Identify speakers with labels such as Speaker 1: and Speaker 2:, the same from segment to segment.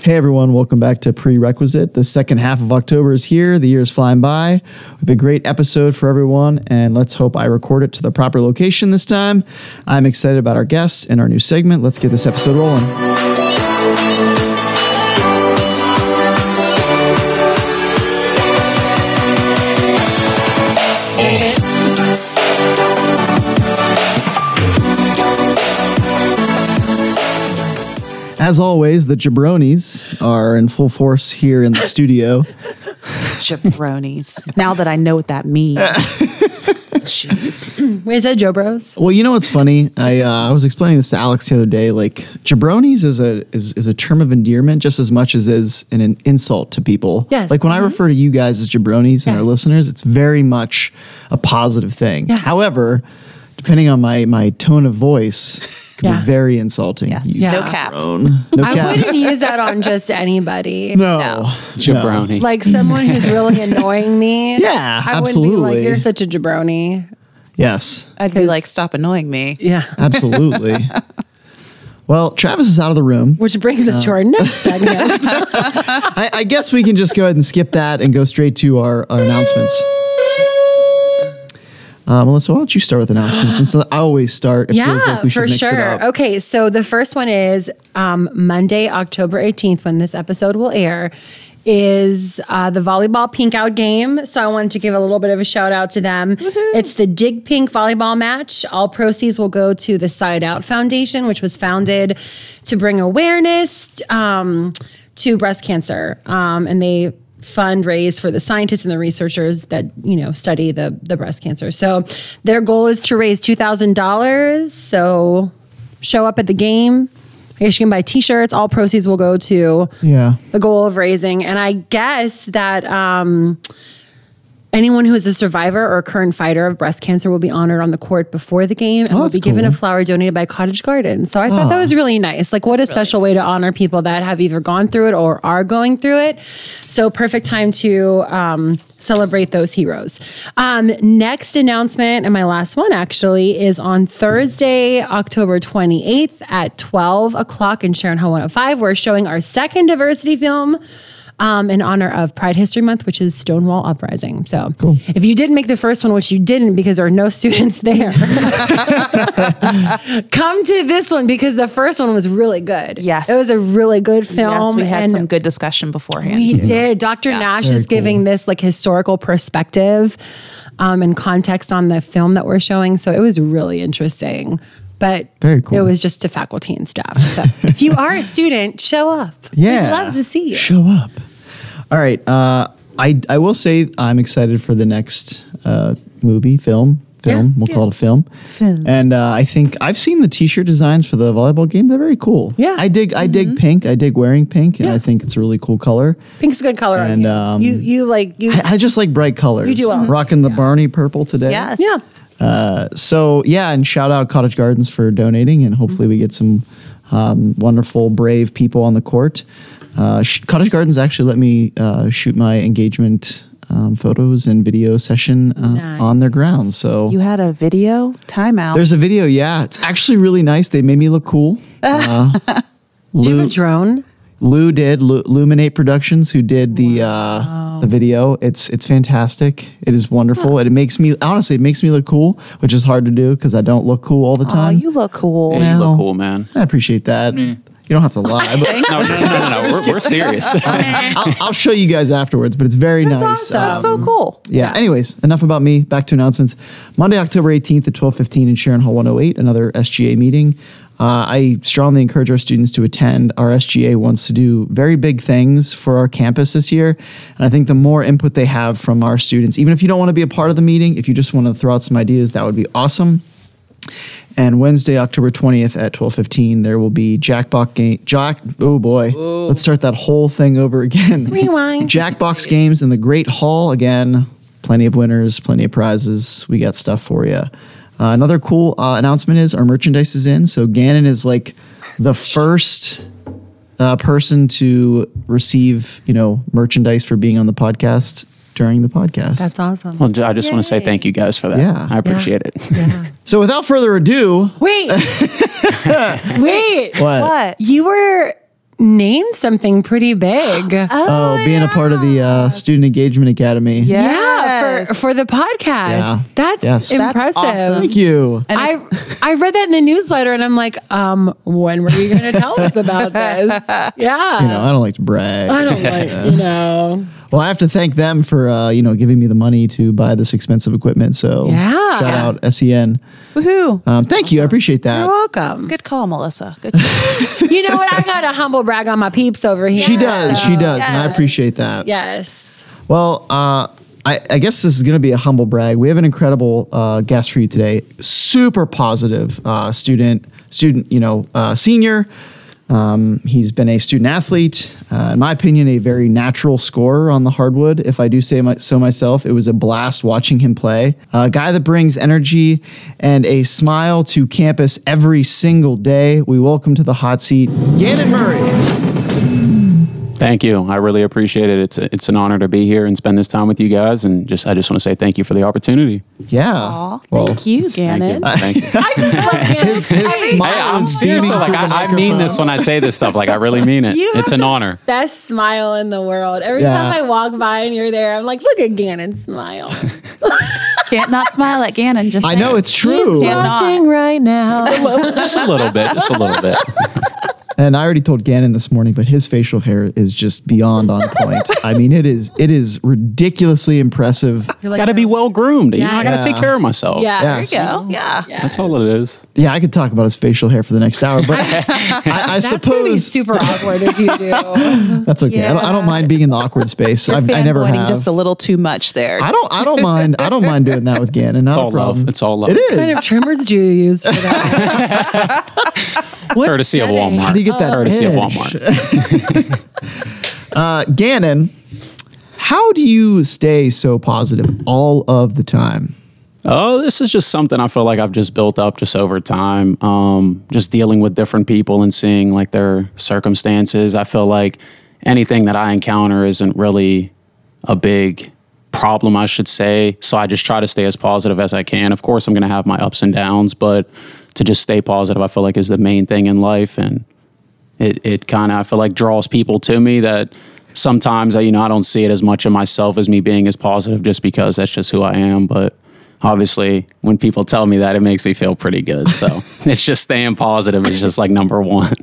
Speaker 1: Hey everyone, welcome back to Prerequisite. The second half of October is here. The year is flying by. With a great episode for everyone, and let's hope I record it to the proper location this time. I'm excited about our guests and our new segment. Let's get this episode rolling. As always, the jabronis are in full force here in the studio.
Speaker 2: Jabronis. now that I know what that means. Jeez.
Speaker 3: Where's that, Joe Bros?
Speaker 1: Well, you know what's funny? I uh, I was explaining this to Alex the other day. Like jabronis is a is, is a term of endearment just as much as is an, an insult to people.
Speaker 3: Yes. Mm-hmm.
Speaker 1: Like when I refer to you guys as jabronis and our
Speaker 3: Yes.
Speaker 1: listeners, it's very much a positive thing.
Speaker 3: Yeah.
Speaker 1: However, depending on my my tone of voice, it can
Speaker 3: Yeah.
Speaker 1: be very insulting. Yes.
Speaker 3: Yeah.
Speaker 2: No cap.
Speaker 1: No
Speaker 3: I
Speaker 1: cap.
Speaker 3: wouldn't use that on just anybody.
Speaker 1: No.
Speaker 2: No.
Speaker 4: Jabroni.
Speaker 3: Like someone who's really annoying me.
Speaker 1: Yeah,
Speaker 3: I wouldn't be
Speaker 1: absolutely.
Speaker 3: like, you're such a jabroni.
Speaker 1: Yes.
Speaker 2: I'd be like, stop annoying me.
Speaker 3: Yeah.
Speaker 1: Absolutely. well, Travis is out of the room.
Speaker 3: Which brings
Speaker 1: Uh.
Speaker 3: us to our next segment.
Speaker 1: I, I guess we can just go ahead and skip that and go straight to our, our announcements. Uh, Melissa, why don't you start with announcements? Since I always start, it feels like we should mix it up.
Speaker 3: Okay, so the first one is um, Monday, October 18th, when this episode will air, is uh, the volleyball pink out game. So I wanted to give a little bit of a shout out to them. It's the Dig Pink volleyball match. All proceeds will go to the Side Out Foundation, which was founded to bring awareness um, to breast cancer. Um, and they fundraise for the scientists and the researchers that you know study the the breast cancer. So their goal is to raise two thousand dollars. So show up at the game. I guess you can buy T-shirts. All proceeds will go to
Speaker 1: Yeah.
Speaker 3: the goal of raising. And I guess that um, anyone who is a survivor or a current fighter of breast cancer will be honored on the court before the game and
Speaker 1: Oh,
Speaker 3: will
Speaker 1: that's
Speaker 3: be given a
Speaker 1: cool.
Speaker 3: flower donated by Cottage Garden. So I thought that was Oh. really nice. Like, what a special way to honor people that have either gone through it or are going through it. So perfect time to. Um, Celebrate those heroes. Um, next announcement, and my last one actually, is on Thursday, October 28th at 12 o'clock in Sharon Hall 105. We're showing our second diversity film um, in honor of Pride History Month, which is Stonewall Uprising. So if you didn't make the first one, which you didn't because there are no students there, come to this one because the first one was really good.
Speaker 2: Yes.
Speaker 3: It was a really good film.
Speaker 2: Yes, we had
Speaker 3: and
Speaker 2: some good discussion beforehand.
Speaker 3: we did. Dr. Nash is giving this like historical perspective um, and context on the film that we're showing. So it was really interesting. But
Speaker 1: Very cool.
Speaker 3: it was just to faculty and staff. So if you are a student, show up.
Speaker 1: Yeah.
Speaker 3: We'd love to see you.
Speaker 1: Show up. All right. Uh, I, I will say I'm excited for the next uh, movie, film. Film.
Speaker 3: Yeah,
Speaker 1: we'll call it a
Speaker 3: yes.
Speaker 1: film. Film. And uh, I think I've seen the T-shirt designs for the volleyball game. They're very cool.
Speaker 3: Yeah. Mm-hmm.
Speaker 1: I dig. I dig pink. I dig wearing pink, and
Speaker 3: Yeah.
Speaker 1: I think it's a really cool color.
Speaker 3: Pink's a good color.
Speaker 1: And,
Speaker 3: on you.
Speaker 1: um,
Speaker 3: you you like you.
Speaker 1: I, I just like bright colors. Mm-hmm.
Speaker 3: You do well.
Speaker 1: Rocking the Barney purple today. Uh,
Speaker 2: Yes.
Speaker 3: yeah.
Speaker 1: So yeah, and shout out Cottage Gardens for donating, and hopefully we get some um, wonderful, brave people on the court. Uh, sh- Cottage Gardens actually let me uh, shoot my engagement um, photos and video session uh, on their grounds. So
Speaker 2: You had a video timeout.
Speaker 1: there's a video. Yeah, it's actually really nice. They made me look cool. Uh,
Speaker 3: Do you have a drone?
Speaker 1: Lou did Lu- Luminate Productions, who did the uh, the video. It's it's fantastic. It is wonderful, and it makes me honestly it makes me look cool, which is hard to do because I don't look cool all the
Speaker 2: oh,
Speaker 1: time.
Speaker 2: you look cool.
Speaker 1: Yeah.
Speaker 4: You
Speaker 1: Well,
Speaker 4: look cool, man.
Speaker 1: I appreciate that. You don't have to lie. But
Speaker 4: No, no, no, no, no. We're, we're serious.
Speaker 1: I'll, I'll show you guys afterwards. But it's very nice.
Speaker 3: awesome.
Speaker 1: Um,
Speaker 2: That's so cool.
Speaker 1: yeah. Anyways, enough about me. Back to announcements. Monday, October 18th at 12:15 in Sharon Hall 108, another SGA meeting. Uh, I strongly encourage our students to attend. Our SGA wants to do very big things for our campus this year, and I think the more input they have from our students, even if you don't want to be a part of the meeting, if you just want to throw out some ideas, that would be awesome. And Wednesday, October 20th at 12:15, there will be Jackbox game Jack oh boy. Let's start that whole thing over again.
Speaker 3: Rewind.
Speaker 1: Jackbox games in the Great Hall again. Plenty of winners, plenty of prizes. We got stuff for you. Uh, another cool uh, announcement is our merchandise is in. So Gannon is like the first uh, person to receive, you know, merchandise for being on the podcast during the podcast.
Speaker 3: That's awesome.
Speaker 4: Well, I just want to say thank you guys for that.
Speaker 1: Yeah.
Speaker 4: I appreciate it.
Speaker 1: so without further ado,
Speaker 3: Wait, wait.
Speaker 1: what?
Speaker 2: What?
Speaker 3: You were named something pretty big. yeah,
Speaker 1: Oh, being a part of the uh, Student Engagement Academy.
Speaker 2: Yeah.
Speaker 3: for for the podcast.
Speaker 1: Yeah.
Speaker 3: That's
Speaker 1: Yes. That's
Speaker 3: impressive.
Speaker 2: awesome.
Speaker 1: Thank you.
Speaker 2: And
Speaker 3: I
Speaker 2: it's-
Speaker 3: I read that in the newsletter and I'm like, um, when were you going to tell us about this? Yeah.
Speaker 1: you know, I don't like to brag.
Speaker 3: I don't like, you know.
Speaker 1: Well, I have to thank them for uh, you know giving me the money to buy this expensive equipment. So
Speaker 3: Yeah.
Speaker 1: shout out Sen.
Speaker 2: woohoo.
Speaker 1: Um, thank you, I appreciate
Speaker 3: You're
Speaker 1: that.
Speaker 3: welcome.
Speaker 2: Good call, Melissa. Good call.
Speaker 3: You know what? I got a humble brag on my peeps over here.
Speaker 1: She does, she does, and I
Speaker 3: Yes.
Speaker 1: appreciate that.
Speaker 3: Yes.
Speaker 1: Well, uh, I, I guess this is going to be a humble brag. We have an incredible uh, guest for you today. Super positive uh, student, student, you know, uh, senior. Um, he's been a student athlete. Uh, in my opinion, a very natural scorer on the hardwood. If I do say my, so myself, it was a blast watching him play. A guy that brings energy and a smile to campus every single day. We welcome to the hot seat, Gannon Murray.
Speaker 4: Thank you. I really appreciate it. It's it's an honor to be here and spend this time with you guys. And just I just want to say thank you for the opportunity.
Speaker 1: Yeah.
Speaker 2: Aw,
Speaker 1: Well,
Speaker 2: thank you,
Speaker 4: Thank you.
Speaker 2: Gannon.
Speaker 4: Thank you.
Speaker 3: I just love
Speaker 1: His, his smile
Speaker 4: Hey, I'm
Speaker 1: was
Speaker 4: serious
Speaker 1: beaming
Speaker 4: though. Like
Speaker 1: through the
Speaker 4: I, I mean
Speaker 1: microphone.
Speaker 4: this when I say this stuff. Like I really mean it.
Speaker 3: You
Speaker 4: It's
Speaker 3: have
Speaker 4: an
Speaker 3: to-
Speaker 4: honor.
Speaker 3: best smile in the world. Every
Speaker 1: Yeah.
Speaker 3: time I walk by and you're there, I'm like, look at Gannon smile.
Speaker 2: Can't not smile at Gannon. Just
Speaker 1: I know
Speaker 2: saying.
Speaker 1: it's true.
Speaker 2: He's cannot.
Speaker 3: right now.
Speaker 4: Just a little bit. Just a little bit.
Speaker 1: And I already told Gannon this morning, but his facial hair is just beyond on point. I mean, it is it is ridiculously impressive.
Speaker 2: You're like,
Speaker 4: got to be well groomed. You know, I got
Speaker 1: Yeah.
Speaker 4: to take care of myself.
Speaker 3: Yeah.
Speaker 1: Yeah.
Speaker 2: There you go. Yeah.
Speaker 4: That's all it is.
Speaker 1: Yeah, I could talk about his facial hair for the next hour, but I, I
Speaker 3: That's going to be
Speaker 1: suppose
Speaker 3: super awkward if you do.
Speaker 1: that's okay. I, don't, I don't mind being in the awkward space. I've, I never
Speaker 2: Fanboying
Speaker 1: have.
Speaker 2: just a little too much there.
Speaker 1: I don't. I don't mind. I don't mind doing that with Gannon. Not
Speaker 4: It's
Speaker 1: a
Speaker 4: all love.
Speaker 1: problem.
Speaker 4: It's all love.
Speaker 1: It is.
Speaker 3: what kind of trimmers do you use for that? What
Speaker 4: Courtesy of
Speaker 3: setting?
Speaker 4: Walmart.
Speaker 1: How do you get that
Speaker 4: Courtesy of
Speaker 1: edge?
Speaker 4: Walmart.
Speaker 1: Uh, Gannon, how do you stay so positive all of the time?
Speaker 4: oh, this is just something I feel like I've just built up just over time. Um, just dealing with different people and seeing like their circumstances. I feel like anything that I encounter isn't really a big problem, I should say. So I just try to stay as positive as I can. Of course, I'm going to have my ups and downs, but to just stay positive, I feel like is the main thing in life. And it it kind of I feel like draws people to me that sometimes I you know I don't see it as much in myself as me being as positive just because that's just who I am. But obviously, when people tell me that, it makes me feel pretty good. So it's just staying positive is just like number one.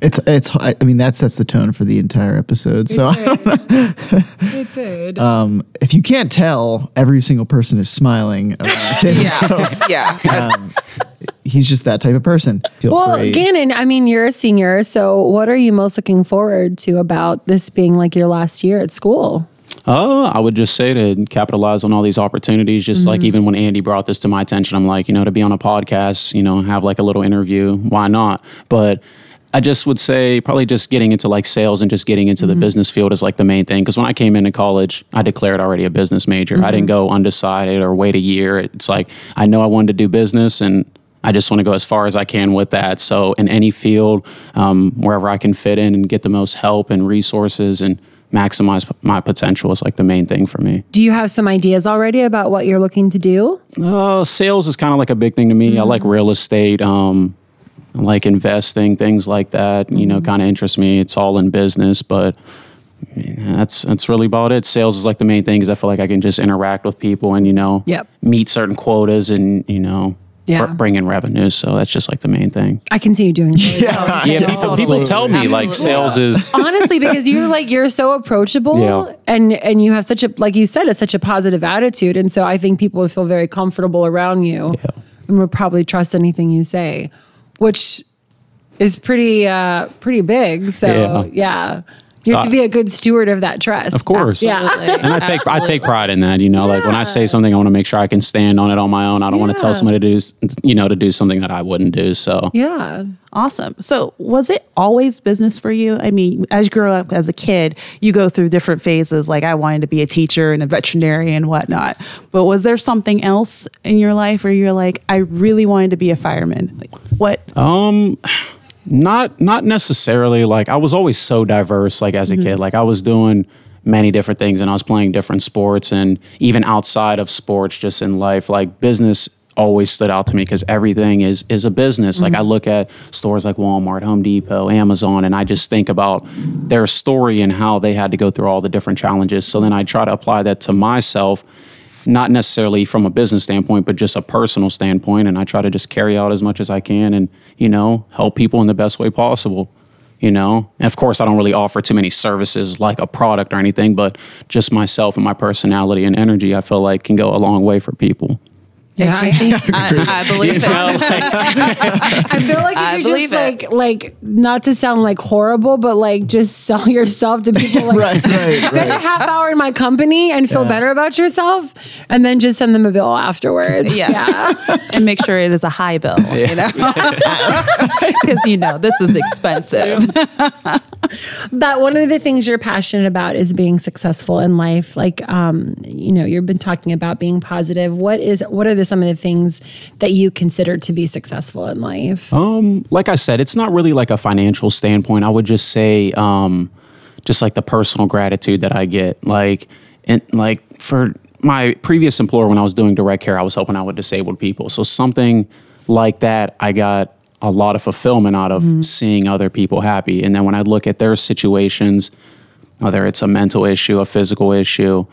Speaker 1: It's. It's. I I mean, that sets the tone for the entire episode. So. I don't
Speaker 3: It did.
Speaker 1: Um, if you can't tell, every single person is smiling around him. So um,
Speaker 2: yeah.
Speaker 1: he's just that type of person. Feel
Speaker 3: well,
Speaker 1: free.
Speaker 3: Gannon, I mean, you're a senior, so what are you most looking forward to about this being like your last year at school?
Speaker 4: Oh, I would just say to capitalize on all these opportunities. Just like even when Andy brought this to my attention, I'm like, you know, to be on a podcast, you know, have like a little interview, why not? But I just would say probably just getting into like sales and just getting into the business field is like the main thing. Cause when I came into college, I declared already a business major. I didn't go undecided or wait a year. It's like, I know I wanted to do business and I just want to go as far as I can with that. So in any field, um, wherever I can fit in and get the most help and resources and maximize p- my potential is like the main thing for me.
Speaker 3: Do you have some ideas already about what you're looking to do?
Speaker 4: Uh, sales is kind of like a big thing to me. I
Speaker 3: Mm-hmm.
Speaker 4: like real estate. Um, I like investing, things like that. You
Speaker 3: Mm-hmm.
Speaker 4: know, kind of interests me. It's all in business, but I mean, that's that's really about it. Sales is like the main thing because I feel like I can just interact with people and you know
Speaker 3: Yep.
Speaker 4: meet certain quotas and you know
Speaker 3: Yeah.
Speaker 4: br- bring in revenue. So that's just like the main thing.
Speaker 3: I can see you doing really well.
Speaker 4: yeah, people, people tell me like sales is
Speaker 3: honestly because you're like you're so approachable
Speaker 4: Yeah.
Speaker 3: and and you have such a like you said it's such a positive attitude and so i think people would feel very comfortable around you and would probably trust anything you say which is pretty uh pretty big so yeah,
Speaker 4: Yeah.
Speaker 3: you have to
Speaker 4: Uh,
Speaker 3: be a good steward of that trust
Speaker 4: of course.
Speaker 3: yeah
Speaker 4: And I take I take pride in that, you know. Like when I say something, I want to make sure I can stand on it on my own. I don't want to
Speaker 3: Yeah.
Speaker 4: tell somebody to do, s- you know, to do something that I wouldn't do. So
Speaker 3: yeah
Speaker 2: Awesome. So, was it always business for you? I mean, as you grow up as a kid, you go through different phases. Like, I wanted to be a teacher and a veterinarian and whatnot. But was there something else in your life where you're like, I really wanted to be a fireman? Like, what?
Speaker 4: Um, not not necessarily. Like I was always so diverse. Like as a kid, like I was doing many different things, and I was playing different sports, and even outside of sports, just in life, like business always stood out to me because everything is is a business. Like I look at stores like Walmart, Home Depot, Amazon, and I just think about their story and how they had to go through all the different challenges. So then I try to apply that to myself, not necessarily from a business standpoint, but just a personal standpoint. And I try to just carry out as much as I can and, you know, help people in the best way possible. You know, and of course, I don't really offer too many services like a product or anything, but just myself and my personality and energy, I feel like can go a long way for people.
Speaker 2: Yeah, I think I, I believe it.
Speaker 3: I feel like
Speaker 2: I
Speaker 3: you could
Speaker 2: believe
Speaker 3: just like
Speaker 2: it.
Speaker 3: like not to sound like horrible, but like just sell yourself to people like
Speaker 1: Right, right,
Speaker 3: spend a
Speaker 1: right.
Speaker 3: half hour in my company and feel
Speaker 1: Yeah.
Speaker 3: better about yourself and then just send them a bill afterwards.
Speaker 2: Yeah. and make sure it is a high bill, you know, because you know this is expensive.
Speaker 3: But one of the things you're passionate about is being successful in life. Like um, you know, you've been talking about being positive. What is what are the, some of the things that you consider to be successful in life?
Speaker 4: Um, like I said, it's not really like a financial standpoint. I would just say, um, just like the personal gratitude that I get, like and like for my previous employer when I was doing direct care, I was helping out with disabled people. So something like that, I got a lot of fulfillment out of seeing other people happy. And then when I look at their situations, whether it's a mental issue, a physical issue,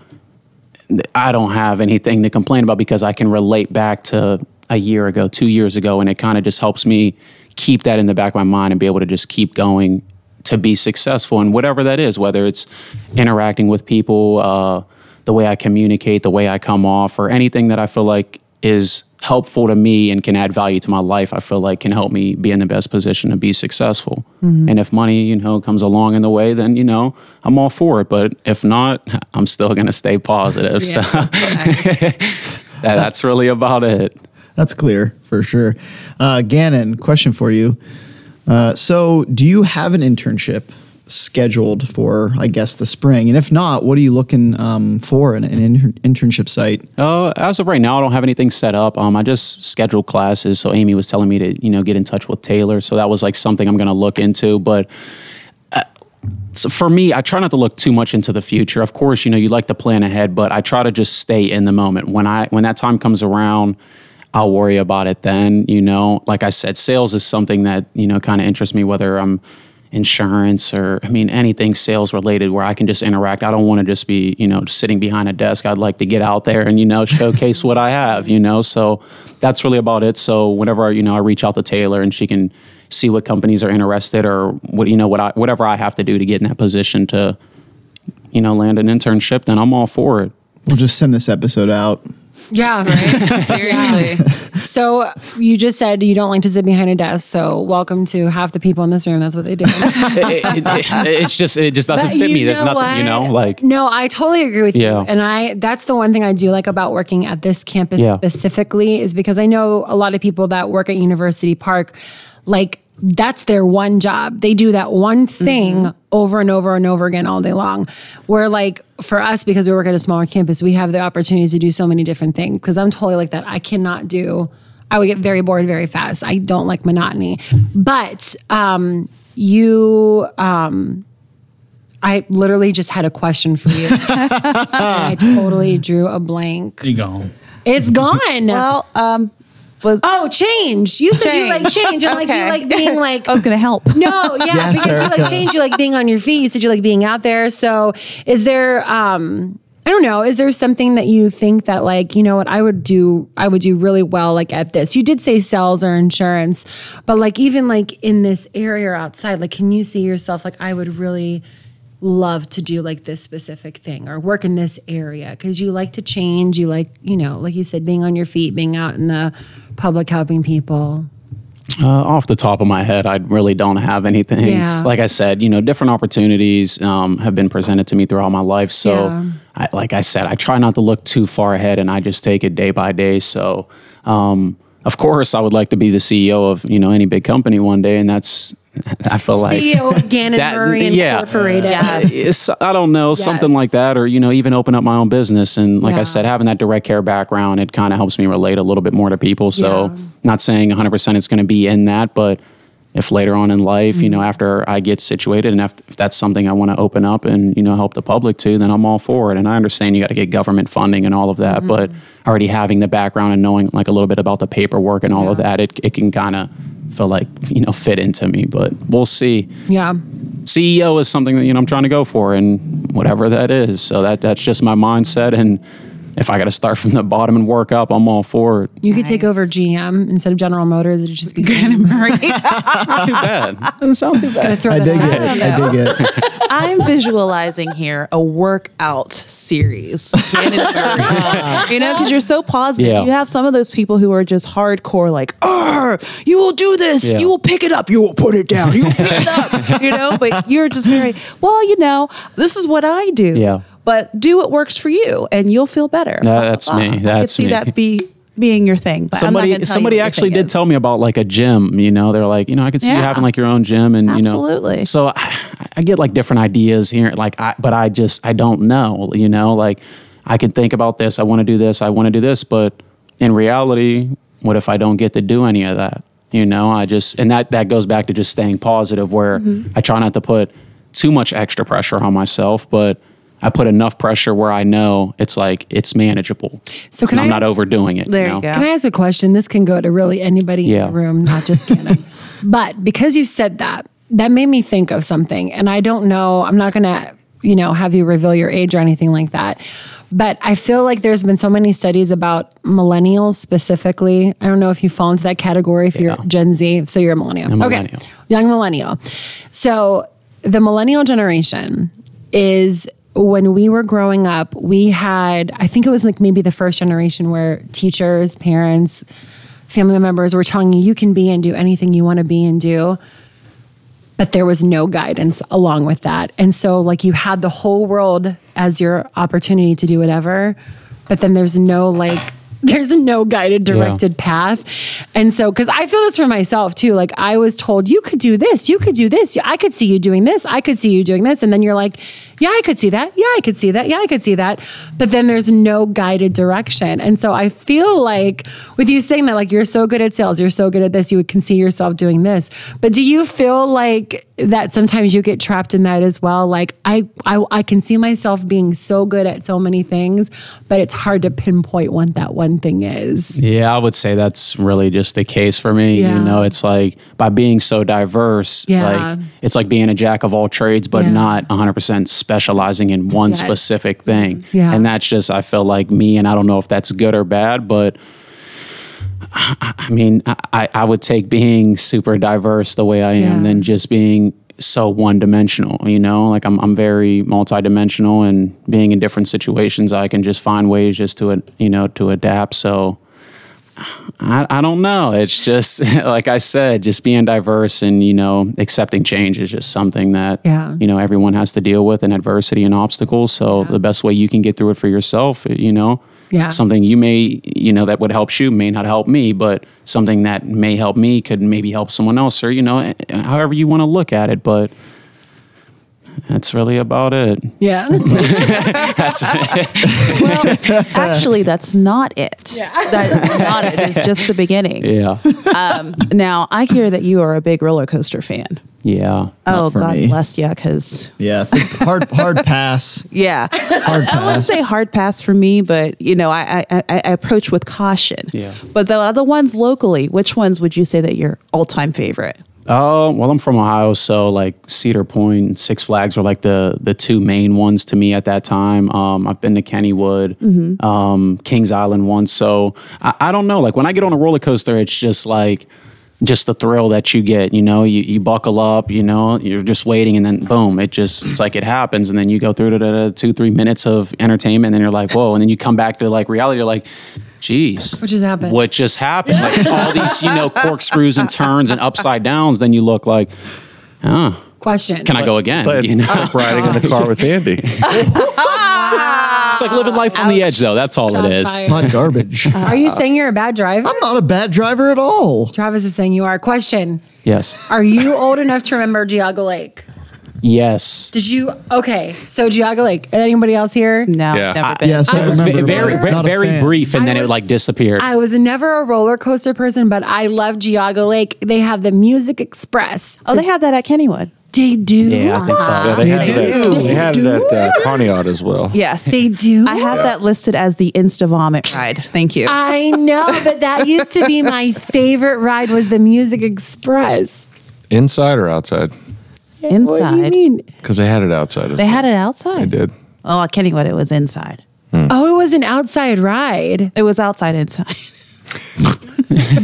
Speaker 4: I don't have anything to complain about because I can relate back to a year ago, two years ago, and it kind of just helps me keep that in the back of my mind and be able to just keep going to be successful in whatever that is, whether it's interacting with people, uh, the way I communicate, the way I come off, or anything that I feel like is helpful to me and can add value to my life, I feel like can help me be in the best position to be successful. And if money, you know, comes along in the way, then, you know, I'm all for it. But if not, I'm still going to stay positive. So that, that's really about it.
Speaker 1: That's clear for sure. Uh, Gannon, question for you. Uh, so, do you have an internship scheduled for, I guess, the spring? And if not, what are you looking um, for in an inter- internship site?
Speaker 4: Uh, as of right now, I don't have anything set up. Um, I just scheduled classes. So Amy was telling me to, you know, get in touch with Taylor. So that was like something I'm going to look into. But so for me, I try not to look too much into the future. Of course, you know, you like to plan ahead, but I try to just stay in the moment. When I when that time comes around, I'll worry about it then, you know. Like I said, sales is something that, you know, kind of interests me whether I'm insurance or I mean anything sales related where I can just interact. I don't want to just be, you know, just sitting behind a desk. I'd like to get out there and, you know, showcase what I have, you know. So that's really about it. So whenever, you know, I reach out to Taylor and she can see what companies are interested or what you know what I whatever I have to do to get in that position to you know land an internship then I'm all for it.
Speaker 1: We'll just send this episode out.
Speaker 3: Yeah,
Speaker 2: Right? Seriously.
Speaker 3: So you just said you don't like to sit behind a desk. So welcome to half the people in this room. That's what they do.
Speaker 4: It- it- it- it's just it just doesn't
Speaker 3: But
Speaker 4: fit
Speaker 3: you
Speaker 4: me. There's
Speaker 3: know
Speaker 4: nothing you know
Speaker 3: what?
Speaker 4: like
Speaker 3: no i totally agree with
Speaker 4: Yeah.
Speaker 3: you and i that's the one thing i do like about working at this campus
Speaker 4: Yeah.
Speaker 3: specifically is because i know a lot of people that work at university park like that's their one job they do that one thing over and over and over again all day long where like for us because we work at a smaller campus we have the opportunity to do so many different things because i'm totally like that i cannot do i would get very bored very fast i don't like monotony but um you um, I literally just had a question for you. and I totally drew a blank.
Speaker 5: You go.
Speaker 3: It's gone.
Speaker 2: Well, um, was
Speaker 3: oh, change. You said you like change and like
Speaker 2: Okay.
Speaker 3: you like being like
Speaker 2: I was going to help.
Speaker 3: no, yeah,
Speaker 1: Yes,
Speaker 3: because you
Speaker 1: Erica.
Speaker 3: like change, you like being on your feet. You said you like being out there. So is there um I don't know, is there something that you think that like, you know what, I would do I would do really well like at this. You did say sales or insurance, but like even like in this area or outside, like can you see yourself like I would really love to do like this specific thing or work in this area because you like to change you like you know like you said being on your feet being out in the public helping people
Speaker 4: uh, off the top of my head I really don't have anything.
Speaker 3: Yeah.
Speaker 4: Like I said, you know, different opportunities um, have been presented to me throughout my life. So
Speaker 3: Yeah.
Speaker 4: I, like I said, I try not to look too far ahead and I just take it day by day. So, um, of course, I would like to be the CEO of, you know, any big company one day. And that's, I feel
Speaker 3: CEO
Speaker 4: like.
Speaker 3: E of Gannon
Speaker 4: That-
Speaker 3: Murray
Speaker 4: yeah.
Speaker 3: Incorporated.
Speaker 2: Yeah.
Speaker 4: it's, I don't know, something
Speaker 3: Yes.
Speaker 4: like that, or you know, even open up my own business. And like
Speaker 3: Yeah.
Speaker 4: I said, having that direct care background, it kind of helps me relate a little bit more to people. So,
Speaker 3: Yeah.
Speaker 4: not saying 100 percent it's going to be in that, but if later on in life, you
Speaker 3: Mm-hmm.
Speaker 4: know, after I get situated and if, if that's something I want to open up and, you know, help the public to, then I'm all for it. And I understand you got to get government funding and all of that, but
Speaker 3: Mm-hmm.
Speaker 4: already having the background and knowing like a little bit about the paperwork and all of that, it, it can kind of feel like, you know, fit into me, but we'll see.
Speaker 3: Yeah.
Speaker 4: CEO E is something that you know I'm trying to go for, and whatever that is. So that that's just my mindset, and if I got to start from the bottom and work up, I'm all for it.
Speaker 3: You could take
Speaker 2: Nice.
Speaker 3: over GM instead of General Motors. It'd just be Granite
Speaker 4: Not too bad. Doesn't sound too bad.
Speaker 1: I dig it.
Speaker 2: I don't
Speaker 1: I dig it.
Speaker 2: I'm visualizing here a workout series. Canterbury. you know, because you're so positive.
Speaker 4: Yeah.
Speaker 2: You have some of those people who are just hardcore, like, "Arr, you will do this.
Speaker 4: Yeah.
Speaker 2: You will pick it up. You will put it down. You will pick it up. You know, but you're just very, well, you know, this is what I do.
Speaker 4: Yeah.
Speaker 2: But do what works for you and you'll feel better.
Speaker 4: That- that's
Speaker 2: Blah, blah,
Speaker 4: me.
Speaker 2: blah. I could
Speaker 4: That's
Speaker 2: see
Speaker 4: me.
Speaker 2: that be being your thing. But I'm not gonna
Speaker 4: Somebody
Speaker 2: tell you
Speaker 4: somebody
Speaker 2: what your
Speaker 4: actually
Speaker 2: thing
Speaker 4: did
Speaker 2: is.
Speaker 4: tell me about like a gym. You know, they're like, you know, I can see you
Speaker 2: Yeah.
Speaker 4: having like your own gym, and you know,
Speaker 2: Absolutely.
Speaker 4: So I, I get like different ideas here, like I, but I just I don't know. You know, like I could think about this. I want to do this. I want to do this, but in reality, what if I don't get to do any of that? You know, I just and that that goes back to just staying positive, where
Speaker 2: Mm-hmm.
Speaker 4: I try not to put too much extra pressure on myself, but. I put enough pressure where I know it's like it's manageable.
Speaker 3: So can
Speaker 4: And I'm
Speaker 3: I
Speaker 4: not
Speaker 3: ask-
Speaker 4: overdoing it.
Speaker 2: There you
Speaker 4: know?
Speaker 2: go.
Speaker 3: Can I ask a question? This can go to really anybody
Speaker 4: Yeah.
Speaker 3: in the room, not just Cannon. but because you said that, that made me think of something. And I don't know, I'm not going to, you know, have you reveal your age or anything like that. But I feel like there's been so many studies about millennials specifically. I don't know if you fall into that category, if you're
Speaker 4: Yeah.
Speaker 3: Gen Z, so you're a millennial.
Speaker 4: I'm a
Speaker 3: okay.
Speaker 4: millennial.
Speaker 3: Young millennial. So the millennial generation is when we were growing up, we had, I think it was like maybe the first generation where teachers, parents, family members were telling you, you can be and do anything you want to be and do but there was no guidance along with that. And so, like, you had the whole world as your opportunity to do whatever, but then there's no like, there's no guided, directed path. And so, because I feel this for myself too. Like, I was told, you could do this, you could do this, I could see you doing this, I could see you doing this. And then you're like, yeah, I could see that. Yeah, I could see that. Yeah, I could see that. But then there's no guided direction. And so, I feel like with you saying that, like, you're so good at sales, you're so good at this, you can see yourself doing this. But do you feel like that sometimes you get trapped in that as well? Like I, I, I can see myself being so good at so many things, but it's hard to pinpoint what that one thing is.
Speaker 4: Yeah, I would say that's really just the case for me.
Speaker 3: Yeah.
Speaker 4: You know, it's like by being so diverse,
Speaker 3: Yeah.
Speaker 4: like it's like being a jack of all trades, but
Speaker 3: Yeah.
Speaker 4: not 100% specializing in one
Speaker 3: Yes.
Speaker 4: specific thing.
Speaker 3: Yeah.
Speaker 4: And that's just, I feel like me, and I don't know if that's good or bad, but I mean, I- I, I would take being super diverse the way I
Speaker 3: Yeah.
Speaker 4: am than just being so one dimensional, you know? Like I'm I'm very multidimensional and being in different situations I can just find ways just to ad- you know, to adapt. So I, I don't know. It's just like I said, just being diverse and, you know, accepting change is just something that
Speaker 3: Yeah.
Speaker 4: you know everyone has to deal with and adversity and obstacles. So the best way you can get through it for yourself, eh, you know,
Speaker 3: Yeah.
Speaker 4: something something you may you know that would help you may not help me but something that may help me could maybe help someone else or you know eh, however you want to look at it but that's really about it
Speaker 3: Yeah.
Speaker 2: Well, actually, that's not it. That's not it. It's just the beginning.
Speaker 4: yeah
Speaker 2: um, now I hear that you are a big roller coaster fan.
Speaker 4: yeah
Speaker 2: Oh
Speaker 1: Not for
Speaker 2: God
Speaker 1: me.
Speaker 2: bless you, because
Speaker 1: Yeah, hard hard pass.
Speaker 2: yeah,
Speaker 1: Hard pass.
Speaker 2: I wouldn't say hard pass for me, but you know I I, I I approach with caution.
Speaker 4: Yeah.
Speaker 2: But the other ones locally, which ones would you say that your all time favorite?
Speaker 4: Oh well, I'm from Ohio, so like Cedar Point, and Six Flags were like the the two main ones to me at that time. Um, I've been to Kennywood, um, Kings Island once, so I, I don't know. Like when I get on a roller coaster, it's just like just the thrill that you get. You know, you, you buckle up. You know, you're just waiting, and then boom, it just it's like it happens, and then you go through to the two three minutes of entertainment, and then you're like whoa, and then you come back to like reality. You're like, geez,
Speaker 3: What just happened?
Speaker 4: What just happened? Like all these you know corkscrews and turns and upside downs. Then you look like.
Speaker 3: Question.
Speaker 4: Can I go again?
Speaker 5: It's like
Speaker 4: You know?
Speaker 5: riding in the car with Andy.
Speaker 4: It's like living life on the edge, though. That's all
Speaker 3: Shots
Speaker 4: it is.
Speaker 3: fired.
Speaker 1: Hot garbage.
Speaker 2: Uh,
Speaker 3: Are you saying you're a bad driver?
Speaker 1: I'm not a bad driver at all.
Speaker 3: Travis is saying you are. Question.
Speaker 4: Yes.
Speaker 3: Are you old enough to remember Geauga Lake?
Speaker 4: Yes.
Speaker 3: Did you? Okay. So Giaga Lake. Anybody else here?
Speaker 2: No,
Speaker 5: Yeah,
Speaker 2: never
Speaker 4: I-
Speaker 2: been.
Speaker 1: Yes, I
Speaker 4: It was
Speaker 1: remember.
Speaker 4: ve- very,
Speaker 1: that.
Speaker 4: very,
Speaker 1: Not a
Speaker 4: very
Speaker 1: fan.
Speaker 4: brief, and
Speaker 3: I
Speaker 4: then it
Speaker 3: was-
Speaker 4: like disappeared.
Speaker 3: I was never a roller coaster person, but I love Giaga Lake. They have the Music Express.
Speaker 2: Oh, they have that at Kennywood.
Speaker 3: They do.
Speaker 4: yeah, I think so.
Speaker 5: Yeah, they had
Speaker 1: They
Speaker 5: it.
Speaker 1: do.
Speaker 5: At, they had it at uh, Conneaut as well.
Speaker 2: Yes,
Speaker 3: They do.
Speaker 2: I have that listed as the Insta Vomit ride. Thank you.
Speaker 3: I know, but that used to be my favorite ride was the Music Express.
Speaker 5: Inside or outside?
Speaker 2: inside.
Speaker 3: What do you mean?
Speaker 5: Because they had it outside. as
Speaker 2: They
Speaker 5: well.
Speaker 2: had it outside.
Speaker 5: They did.
Speaker 2: Oh, at Kennywood, it was inside.
Speaker 3: Oh, it was an outside ride.
Speaker 2: It was outside, inside.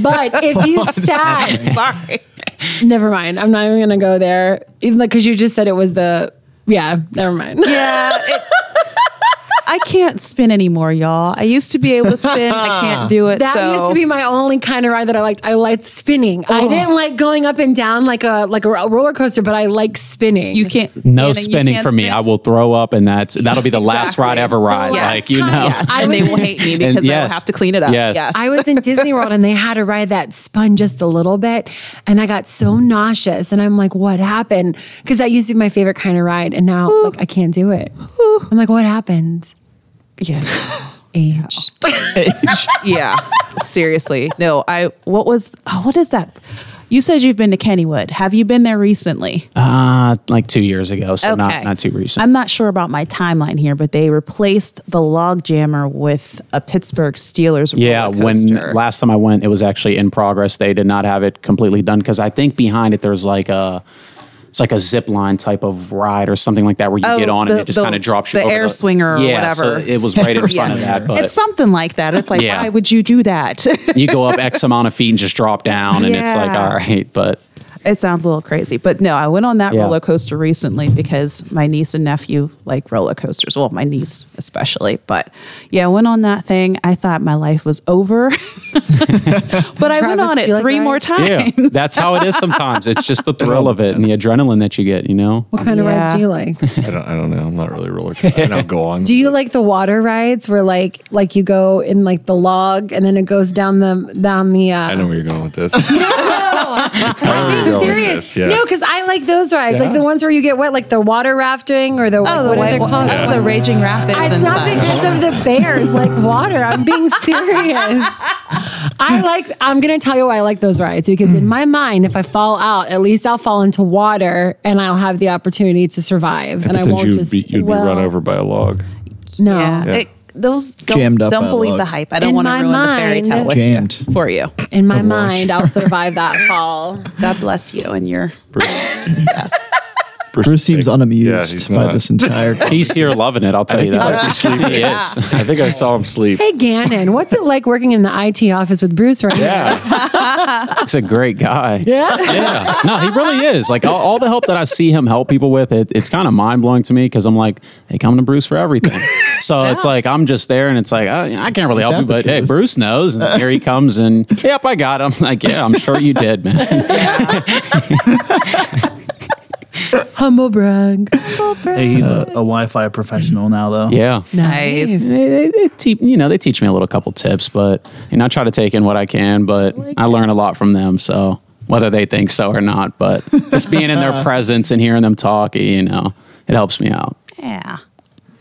Speaker 3: But if you sat,
Speaker 2: Sorry.
Speaker 3: never mind. I'm not even gonna go there. Even like because you just said it was the yeah. Never mind.
Speaker 2: Yeah. it- I can't spin anymore, y'all. I used to be able to spin. I can't do it.
Speaker 3: That
Speaker 2: so- Oh.
Speaker 3: used to be my only kind of ride that I liked. I liked spinning. I didn't like going up and down like a like a ro- roller coaster, but I like spinning.
Speaker 2: You can't.
Speaker 4: no
Speaker 2: Anna, you
Speaker 4: spinning
Speaker 2: can't
Speaker 4: for me.
Speaker 2: spin.
Speaker 4: I will throw up, and that's that'll be the last
Speaker 2: Exactly.
Speaker 4: ride I ever ride.
Speaker 3: last
Speaker 4: Like you know,
Speaker 3: time,
Speaker 2: Yes,
Speaker 3: I
Speaker 2: and they
Speaker 3: was-
Speaker 2: will hate me
Speaker 4: And
Speaker 2: because I will
Speaker 4: yes.
Speaker 2: have to clean it up.
Speaker 4: Yes.
Speaker 2: Yes.
Speaker 3: I was in Disney World and they had to ride that spun just a little bit. And I got so nauseous. And I'm like, what happened? Because that used to be my favorite kind of ride. And now like I can't do it. I'm like, what happened?
Speaker 2: yeah.
Speaker 3: Age.
Speaker 2: yeah. Seriously. No, I, what was, oh, what is that? You said you've been to Kennywood. Have you been there recently?
Speaker 4: uh, like two years ago, so not not too recent.
Speaker 2: I'm not sure about my timeline here, but they replaced the log jammer with a Pittsburgh Steelers
Speaker 4: yeah,
Speaker 2: roller
Speaker 4: when
Speaker 2: coaster.
Speaker 4: last time I went, it was actually in progress. They did not have it completely done because I think behind it there's like a it's like a zip line type of ride or something like that where you
Speaker 2: Oh,
Speaker 4: get on and
Speaker 2: the-
Speaker 4: it just
Speaker 2: the-
Speaker 4: kind of drops you
Speaker 2: the
Speaker 4: over
Speaker 2: air swinger or
Speaker 4: yeah, so
Speaker 2: whatever.
Speaker 4: it was right in front of
Speaker 1: Yeah.
Speaker 4: that, but
Speaker 2: it's something like that. It's like,
Speaker 4: Yeah.
Speaker 2: why would you do that?
Speaker 4: you go up X amount of feet and just drop down, and it's like
Speaker 2: Yeah.
Speaker 4: all right, but
Speaker 2: It sounds a little crazy, but no, I went on that
Speaker 4: Yeah.
Speaker 2: roller coaster recently because my niece and nephew like roller coasters. Well, my niece especially, but yeah, I went on that thing. I thought my life was over, but I went
Speaker 3: Travis,
Speaker 2: on
Speaker 3: do
Speaker 2: it
Speaker 3: you like
Speaker 2: three more
Speaker 3: rides?
Speaker 4: yeah,
Speaker 2: times.
Speaker 4: that's how it is sometimes. It's just the thrill of it and the adrenaline that you get, you know.
Speaker 3: What kind of
Speaker 2: Yeah.
Speaker 3: rides do you like?
Speaker 5: I don't. I don't know. I'm not really roller. coaster. I don't go on.
Speaker 3: Do you like the water rides where like like you go in like the log and then it goes down the down the uh
Speaker 5: I know where you're going with this. I know where you're
Speaker 3: I'm
Speaker 5: going with
Speaker 3: serious.
Speaker 5: this, yeah.
Speaker 3: No, because I like those rides, like
Speaker 5: Yeah.
Speaker 3: the ones where you get wet, like the water rafting or the like, what are they called?
Speaker 2: Oh, the raging rapids.
Speaker 3: It's not because of the bears like water. I'm being serious. I like. I'm gonna tell you why I like those rides because in my mind, if I fall out, at least I'll fall into water and I'll have the opportunity to survive, and
Speaker 5: But
Speaker 3: I
Speaker 5: then
Speaker 3: won't
Speaker 5: you'd
Speaker 3: just
Speaker 5: be, you'd
Speaker 2: well-
Speaker 5: be run over by a log.
Speaker 3: no.
Speaker 2: yeah,
Speaker 5: Yeah.
Speaker 2: It, those don't,
Speaker 1: Jammed up by
Speaker 2: don't
Speaker 1: a
Speaker 2: believe
Speaker 1: log.
Speaker 2: the hype. I don't
Speaker 3: In
Speaker 2: want to
Speaker 3: my
Speaker 2: ruin the fairy
Speaker 3: mind-
Speaker 2: tale with
Speaker 1: Jammed.
Speaker 2: you, for you.
Speaker 3: In my mind, I'll survive that fall.
Speaker 2: God bless you and your yes.
Speaker 5: Bruce,
Speaker 1: Bruce seems
Speaker 5: Yeah,
Speaker 1: unamused
Speaker 5: he's
Speaker 1: by
Speaker 5: not.
Speaker 1: this entire.
Speaker 4: He's here loving it. I'll tell you that. He is.
Speaker 5: I think I saw him sleep.
Speaker 3: Hey Gannon, what's it like working in the IT office with Bruce right now?
Speaker 5: Yeah,
Speaker 4: He's a great guy. Yeah. Yeah. No, he really is. Like all, all the help that I see him help people with, it, it's kind of mind blowing to me because I'm like, they come to Bruce for everything. So it's like, I'm just there and it's like, I, I can't really help you,
Speaker 1: That's the
Speaker 4: but hey,
Speaker 1: truth.
Speaker 4: Bruce knows. And here he comes and, yep, I got him. Like, yeah, I'm sure you did, man.
Speaker 3: Humble brag.
Speaker 6: He's a, a Wi-Fi professional now, though.
Speaker 4: Uh, Yeah.
Speaker 2: Nice.
Speaker 4: They, they, they teach, you know, they teach me a little couple tips, but, you know, I try to take in what I can, but I learn a lot from them. So whether they think so or not, but just being in their presence and hearing them talk, you know, it helps me out.
Speaker 2: Yeah.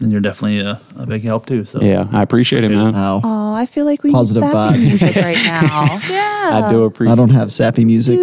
Speaker 6: And you're definitely a, a big help too. So
Speaker 4: Yeah, I appreciate it, man.
Speaker 1: Wow.
Speaker 2: Oh, I feel like we
Speaker 1: Positive
Speaker 2: need sappy
Speaker 1: vibe.
Speaker 2: music right now. yeah.
Speaker 4: I do appreciate.
Speaker 1: I don't have sappy music.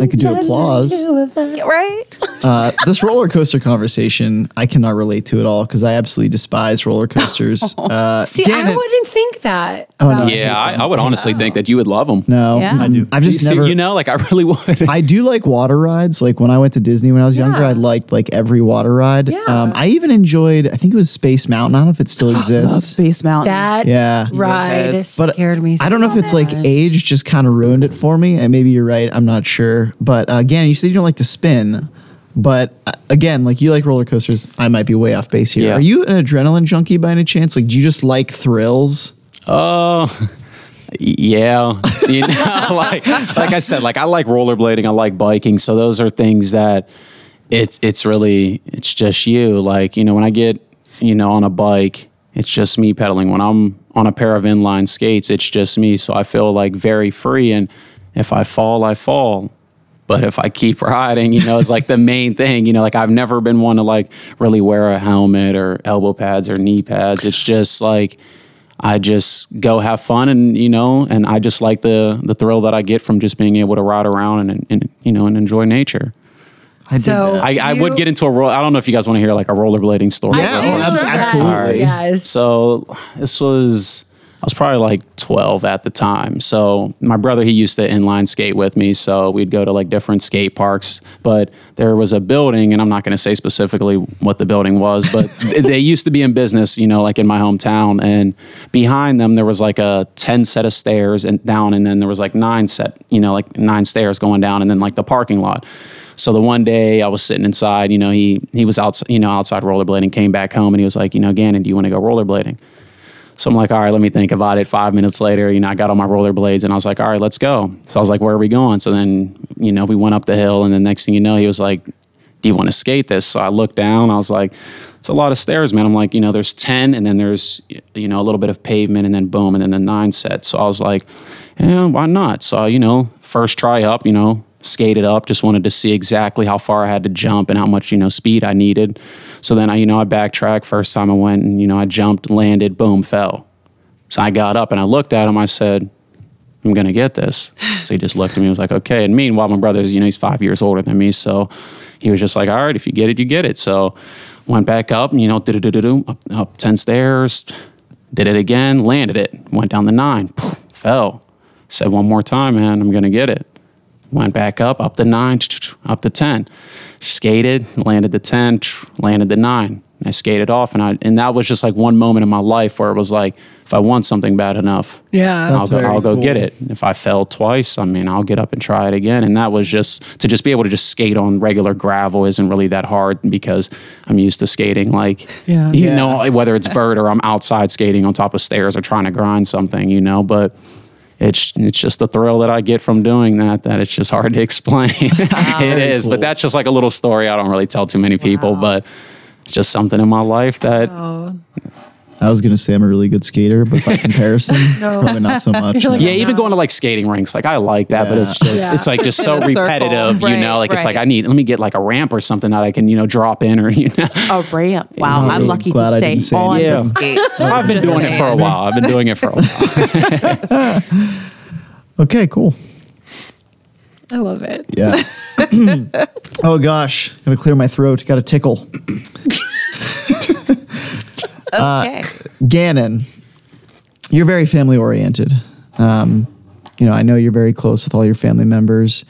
Speaker 1: I could do applause.
Speaker 2: Right?
Speaker 1: Uh, this roller coaster conversation, I cannot relate to at all because I absolutely despise roller coasters. Uh,
Speaker 3: See, I
Speaker 1: Janet- Oh,
Speaker 3: wouldn't think that.
Speaker 1: no.
Speaker 4: Yeah, I, I would honestly think that you would love them.
Speaker 1: No,
Speaker 2: Yeah. I
Speaker 6: do.
Speaker 1: I've
Speaker 4: you,
Speaker 1: just
Speaker 4: see-
Speaker 1: never.
Speaker 4: you know, like I really would.
Speaker 1: I do like water rides. Like when I went to Disney when I was younger,
Speaker 3: Yeah.
Speaker 1: I liked like every water ride.
Speaker 3: Yeah.
Speaker 1: Um, I even enjoyed. I think it was Space Mountain. I don't know if it still
Speaker 2: Love
Speaker 1: exists.
Speaker 2: Space Mountain.
Speaker 3: That
Speaker 1: Yeah.
Speaker 3: ride
Speaker 2: Yes.
Speaker 1: But
Speaker 3: scared me.
Speaker 1: I don't know
Speaker 3: so
Speaker 1: if it's like
Speaker 3: much.
Speaker 1: age just kind of ruined it for me. And maybe you're right. I'm not sure. But uh, again, you said you don't like to spin. But uh, again, like you like roller coasters. I might be way off base here.
Speaker 4: Yeah.
Speaker 1: Are you an adrenaline junkie by any chance? Like, do you just like thrills?
Speaker 4: Oh, yeah. You know, like like I said, like I like rollerblading, I like biking. So those are things that it's it's really it's just you. Like you know, when I get you know on a bike, it's just me pedaling. When I'm on a pair of inline skates, it's just me. So I feel like very free. And if I fall, I fall. But if I keep riding, you know, it's like the main thing. You know, like I've never been one to like really wear a helmet or elbow pads or knee pads. It's just like I just go have fun and you know, and I just like the the thrill that I get from just being able to ride around and, and you know and enjoy nature.
Speaker 1: I did
Speaker 3: So
Speaker 1: that.
Speaker 4: I, I
Speaker 3: you-
Speaker 4: would get into a roll. I don't know if you guys want to hear like a rollerblading story.
Speaker 1: Yeah,
Speaker 3: I do
Speaker 1: oh, abs-
Speaker 3: love that.
Speaker 1: absolutely.
Speaker 3: Yes.
Speaker 4: So this was I was probably like 12 at the time. So my brother he used to inline skate with me, so we'd go to like different skate parks, but there was a building and I'm not going to say specifically what the building was, but th- they used to be in business, you know, like in my hometown and behind them there was like a 10 set of stairs and down and then there was like nine set, you know, like nine stairs going down and then like the parking lot. So the one day I was sitting inside, you know, he he was outside, you know, outside rollerblading, came back home and he was like, you know, Gannon, do you want to go rollerblading? So I'm like, all right, let me think about it. Five minutes later, you know, I got on my rollerblades and I was like, all right, let's go. So I was like, where are we going? So then, you know, we went up the hill and the next thing you know, he was like, do you want to skate this? So I looked down, I was like, it's a lot of stairs, man. I'm like, you know, there's 10 and then there's, you know, a little bit of pavement and then boom, and then the nine set. So I was like, yeah, why not? So, you know, first try up, you know, skated up, just wanted to see exactly how far I had to jump and how much, you know, speed I needed. So then I, you know, I backtracked first time I went and, you know, I jumped, landed, boom, fell. So I got up and I looked at him. I said, I'm going to get this. So he just looked at me and was like, okay. And meanwhile, my brother's, you know, he's five years older than me. So he was just like, all right, if you get it, you get it. So went back up and, you know, do-do-do-do-do, up, up 10 stairs, did it again, landed it, went down the nine, fell. Said one more time, man, I'm going to get it. Went back up, up the nine, up the 10. Skated, landed the 10, landed the nine. And I skated off. And, I, and that was just like one moment in my life where it was like, if I want something bad enough,
Speaker 3: Yeah.
Speaker 4: I'll go,
Speaker 1: very
Speaker 4: I'll go
Speaker 1: cool.
Speaker 4: get it. If I fell twice, I mean, I'll get up and try it again. And that was just to just be able to just skate on regular gravel isn't really that hard because I'm used to skating like,
Speaker 3: Yeah.
Speaker 4: you
Speaker 1: Yeah.
Speaker 4: know, whether it's vert or I'm outside skating on top of stairs or trying to grind something, you know, but it's, it's just the thrill that I get from doing that, that it's just hard to explain. it is, but that's just like a little story. I don't really tell too many people, but it's just something in my life that
Speaker 1: I was gonna say I'm a really good skater, but by comparison, probably not so much.
Speaker 3: You're like-
Speaker 4: Yeah, even going to like skating rinks, like I like that, but it's
Speaker 1: Yeah.
Speaker 4: just
Speaker 3: Yeah.
Speaker 4: it's like just so
Speaker 2: In a circle.
Speaker 4: repetitive, you
Speaker 2: Right,
Speaker 4: know. Like it's like
Speaker 2: right.
Speaker 4: I need let me get like a ramp or something that I can you know drop in or you know.
Speaker 2: A ramp. Wow,
Speaker 1: I'm
Speaker 2: I'm,
Speaker 1: really
Speaker 2: lucky
Speaker 1: glad I
Speaker 2: to stay
Speaker 1: didn't say
Speaker 2: on
Speaker 4: anything.
Speaker 2: the
Speaker 4: Yeah.
Speaker 2: skates.
Speaker 4: I've been
Speaker 2: Just
Speaker 4: doing it for a
Speaker 2: saying.
Speaker 4: while. I've been doing it for a while.
Speaker 1: Okay, cool.
Speaker 3: I love it.
Speaker 1: Yeah. oh gosh, gotta clear my throat. Got a tickle. uh,
Speaker 2: Okay.
Speaker 1: Gannon, you're very family oriented. Um, you know, I know you're very close with all your family members.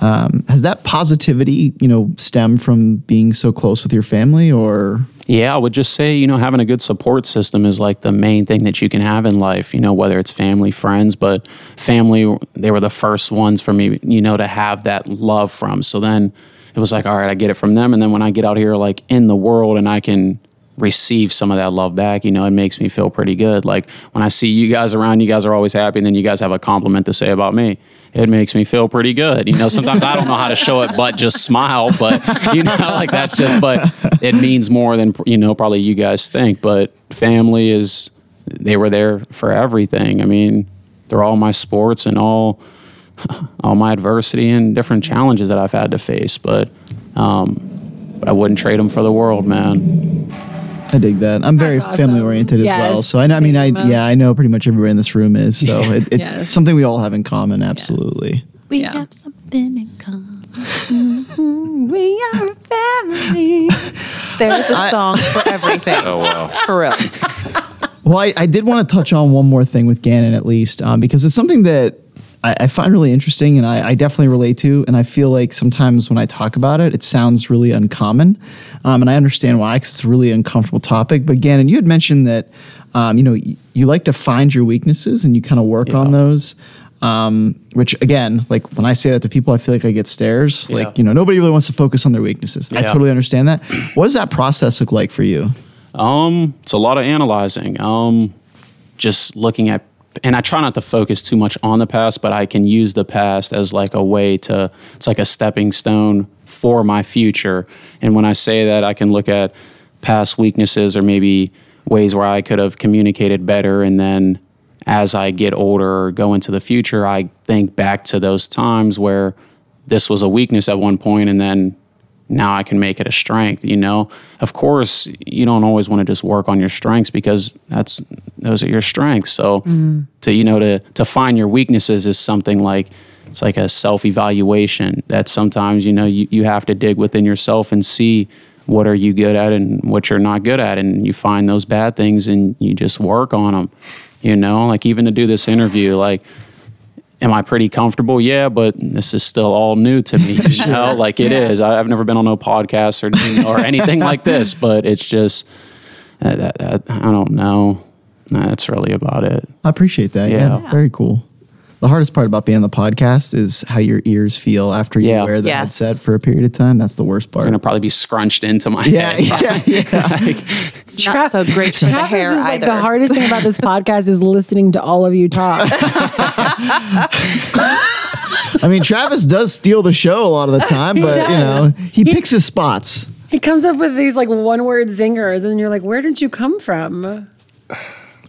Speaker 1: Um, has that positivity, you know, stem from being so close with your family, or
Speaker 4: Yeah, I would just say, you know, having a good support system is like the main thing that you can have in life, you know, whether it's family, friends, but family, they were the first ones for me, you know, to have that love from. So then it was like, all right, I get it from them. And then when I get out here, like in the world and I can receive some of that love back, you know, it makes me feel pretty good. Like when I see you guys around, you guys are always happy, and then you guys have a compliment to say about me. It makes me feel pretty good. You know, sometimes I don't know how to show it, but just smile. But, you know, like that's just, but it means more than, you know, probably you guys think. But family is, they were there for everything. I mean, they're all my sports and all, all my adversity and different challenges that I've had to face. But, um, but I wouldn't trade them for the world, man.
Speaker 1: I dig that. I'm very
Speaker 3: That's awesome.
Speaker 1: family oriented as well.
Speaker 3: Yes.
Speaker 1: So I, know- I mean, I
Speaker 3: Thank you, Mo.
Speaker 1: yeah, I know pretty much everybody in this room is. So it, it's
Speaker 3: Yes.
Speaker 1: something we all have in common. Absolutely.
Speaker 7: We
Speaker 3: Yeah.
Speaker 7: have something in common.
Speaker 2: Mm-hmm. We are a family. There's a song for everything.
Speaker 5: Oh wow.
Speaker 2: For real.
Speaker 1: Well, I, I did want to touch on one more thing with Gannon, at least, um, because it's something that I, I find really interesting and I, I definitely relate to. And I feel like sometimes when I talk about it, it sounds really uncommon. Um, and I understand why, because it's a really uncomfortable topic. But Gannon, you had mentioned that, um, you know, y- you like to find your weaknesses and you kind of work on those. Um, which again, like when I say that to people, I feel like I get stares.
Speaker 4: Yeah.
Speaker 1: Like, you know, nobody really wants to focus on their weaknesses. I
Speaker 4: Yeah.
Speaker 1: totally understand that. What does that process look like for you?
Speaker 4: Um, it's a lot of analyzing. Um, just looking at, and I try not to focus too much on the past, but I can use the past as like a way to. It's like a stepping stone for my future. And when I say that, I can look at past weaknesses or maybe ways where I could have communicated better, and then as I get older or go into the future, I think back to those times where this was a weakness at one point and then now I can make it a strength, you know? Of course, you don't always want to just work on your strengths because that's those are your strengths. So to you know to to find your weaknesses is something like it's like a self-evaluation that sometimes you know you, you have to dig within yourself and see what are you good at and what you're not good at and you find those bad things and you just work on them you know like even to do this interview like am I pretty comfortable? Yeah, but this is still all new to me. You know, like it is. I, I've never been on no podcast or or anything like this, but it's just uh, that, that, I don't know. That's really about it.
Speaker 1: I appreciate that. Yeah.
Speaker 4: Yeah.
Speaker 1: Very cool. The hardest part about being on the podcast is how your ears feel after you
Speaker 4: Yeah.
Speaker 1: wear the
Speaker 2: Yes.
Speaker 1: headset for a period of time. That's the worst
Speaker 4: I'm
Speaker 1: part.
Speaker 4: gonna probably be scrunched into my
Speaker 1: Yeah,
Speaker 4: head.
Speaker 1: yeah, yeah.
Speaker 2: It's not so great for the
Speaker 3: Travis
Speaker 2: hair
Speaker 3: is like
Speaker 2: either.
Speaker 3: the hardest thing about this podcast is listening to all of you talk.
Speaker 1: I mean, Travis does steal the show a lot of the time, but you know, he picks his spots.
Speaker 3: he comes up with these like one word zingers, and you're like, where did you come from?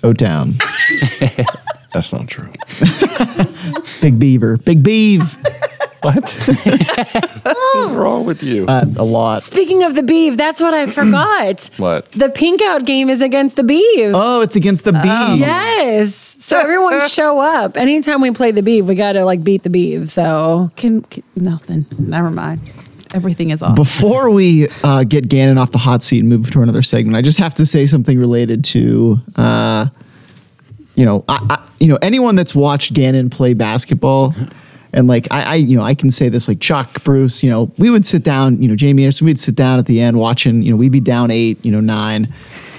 Speaker 1: O Town,
Speaker 5: That's not true.
Speaker 1: Big Beaver, Big Beav,
Speaker 5: What? What's wrong with you?
Speaker 1: uh, a lot.
Speaker 3: Speaking of the beef, that's what I forgot.
Speaker 5: What?
Speaker 3: The pink out game is against the beef.
Speaker 1: Oh, it's against the Beav.
Speaker 3: Yes. So everyone show up. Anytime we play the beef, we got to like beat the beef. So
Speaker 2: Can, can- nothing. Never mind. Everything is off.
Speaker 1: Before we uh, get Gannon off the hot seat and move to another segment, I just have to say something related to, uh, you know, I, I, you know, anyone that's watched Gannon play basketball, and like I, I, you know, I can say this like Chuck, Bruce, you know, we would sit down, you know, Jamie Anderson, we'd sit down at the end watching, you know, we'd be down eight, you know, nine,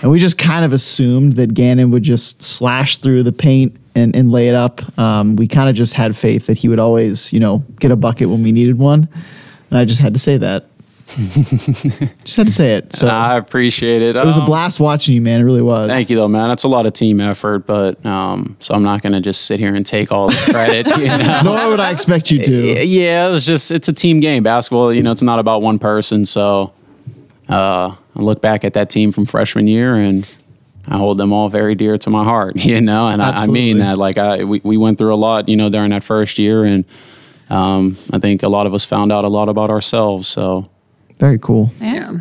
Speaker 1: and we just kind of assumed that Gannon would just slash through the paint. And, and lay it up. Um, we kind of just had faith that he would always, you know, get a bucket when we needed one. And I just had to say that. Just had to say it. So
Speaker 4: I appreciate it. Um,
Speaker 1: it was a blast watching you, man. It really was.
Speaker 4: Uh, Thank you, though, man. That's a lot of team effort, but um, so I'm not gonna just sit here and take all the credit. you know?
Speaker 1: Nor would I expect you
Speaker 4: Y-
Speaker 1: to.
Speaker 4: Yeah, it was just it's a team game. Basketball, you know, it's not about one person. So uh, I look back at that team from freshman year and I hold them all very dear to my heart, you know, and I, I
Speaker 1: Absolutely.
Speaker 4: mean that. Like I we, we went through a lot, you know, during that first year and um, I think a lot of us found out a lot about ourselves. So
Speaker 1: Very cool.
Speaker 2: Yeah.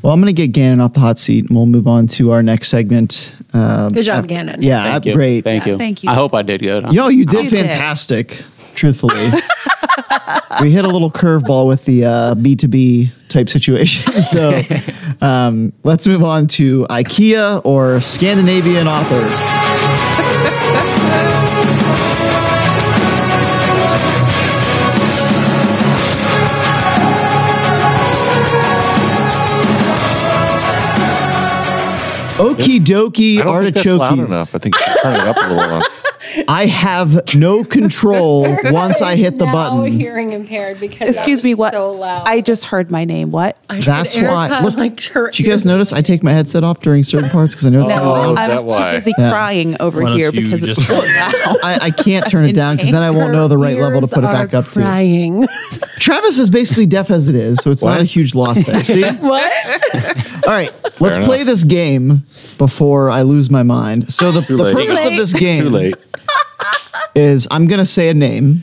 Speaker 1: Well, I'm going to get Gannon off the hot seat, and we'll move on to our next segment. Um,
Speaker 3: good job, Gannon.
Speaker 1: yeah,
Speaker 4: thank
Speaker 1: uh,
Speaker 4: you.
Speaker 1: great.
Speaker 4: Thank you.
Speaker 2: Thank you.
Speaker 4: I hope I did good.
Speaker 1: you. Yo, you did
Speaker 2: Oh, You did.
Speaker 1: fantastic. Truthfully, we hit a little curveball with the uh, B2B type situation. So um, let's move on to IKEA or Scandinavian author. Okie dokie
Speaker 5: I don't think that's loud
Speaker 1: artichoke.
Speaker 5: enough. I think you should turn it up a little.
Speaker 1: I have no control once I hit the button.
Speaker 3: hearing impaired because
Speaker 2: Excuse me. What? I just heard my name. What?
Speaker 1: That's why. Look,
Speaker 3: like her
Speaker 1: do you guys notice I take my headset off during certain parts because I know it's kind of
Speaker 5: Oh,
Speaker 1: loud?
Speaker 5: that
Speaker 2: I'm too
Speaker 5: why.
Speaker 2: busy
Speaker 1: Yeah.
Speaker 2: crying over
Speaker 6: Why don't
Speaker 2: here
Speaker 6: you
Speaker 2: because it's
Speaker 6: just-
Speaker 2: so loud.
Speaker 1: I, I can't turn it down because then I won't know the right level to put it back up to.
Speaker 3: Crying.
Speaker 1: Travis is basically deaf as it is, so it's not a huge loss there. See? what? All right, let's play
Speaker 5: enough.
Speaker 1: this game before I lose my mind. So the, the
Speaker 5: late.
Speaker 1: purpose of this game
Speaker 5: Too late.
Speaker 1: is I'm going to say a name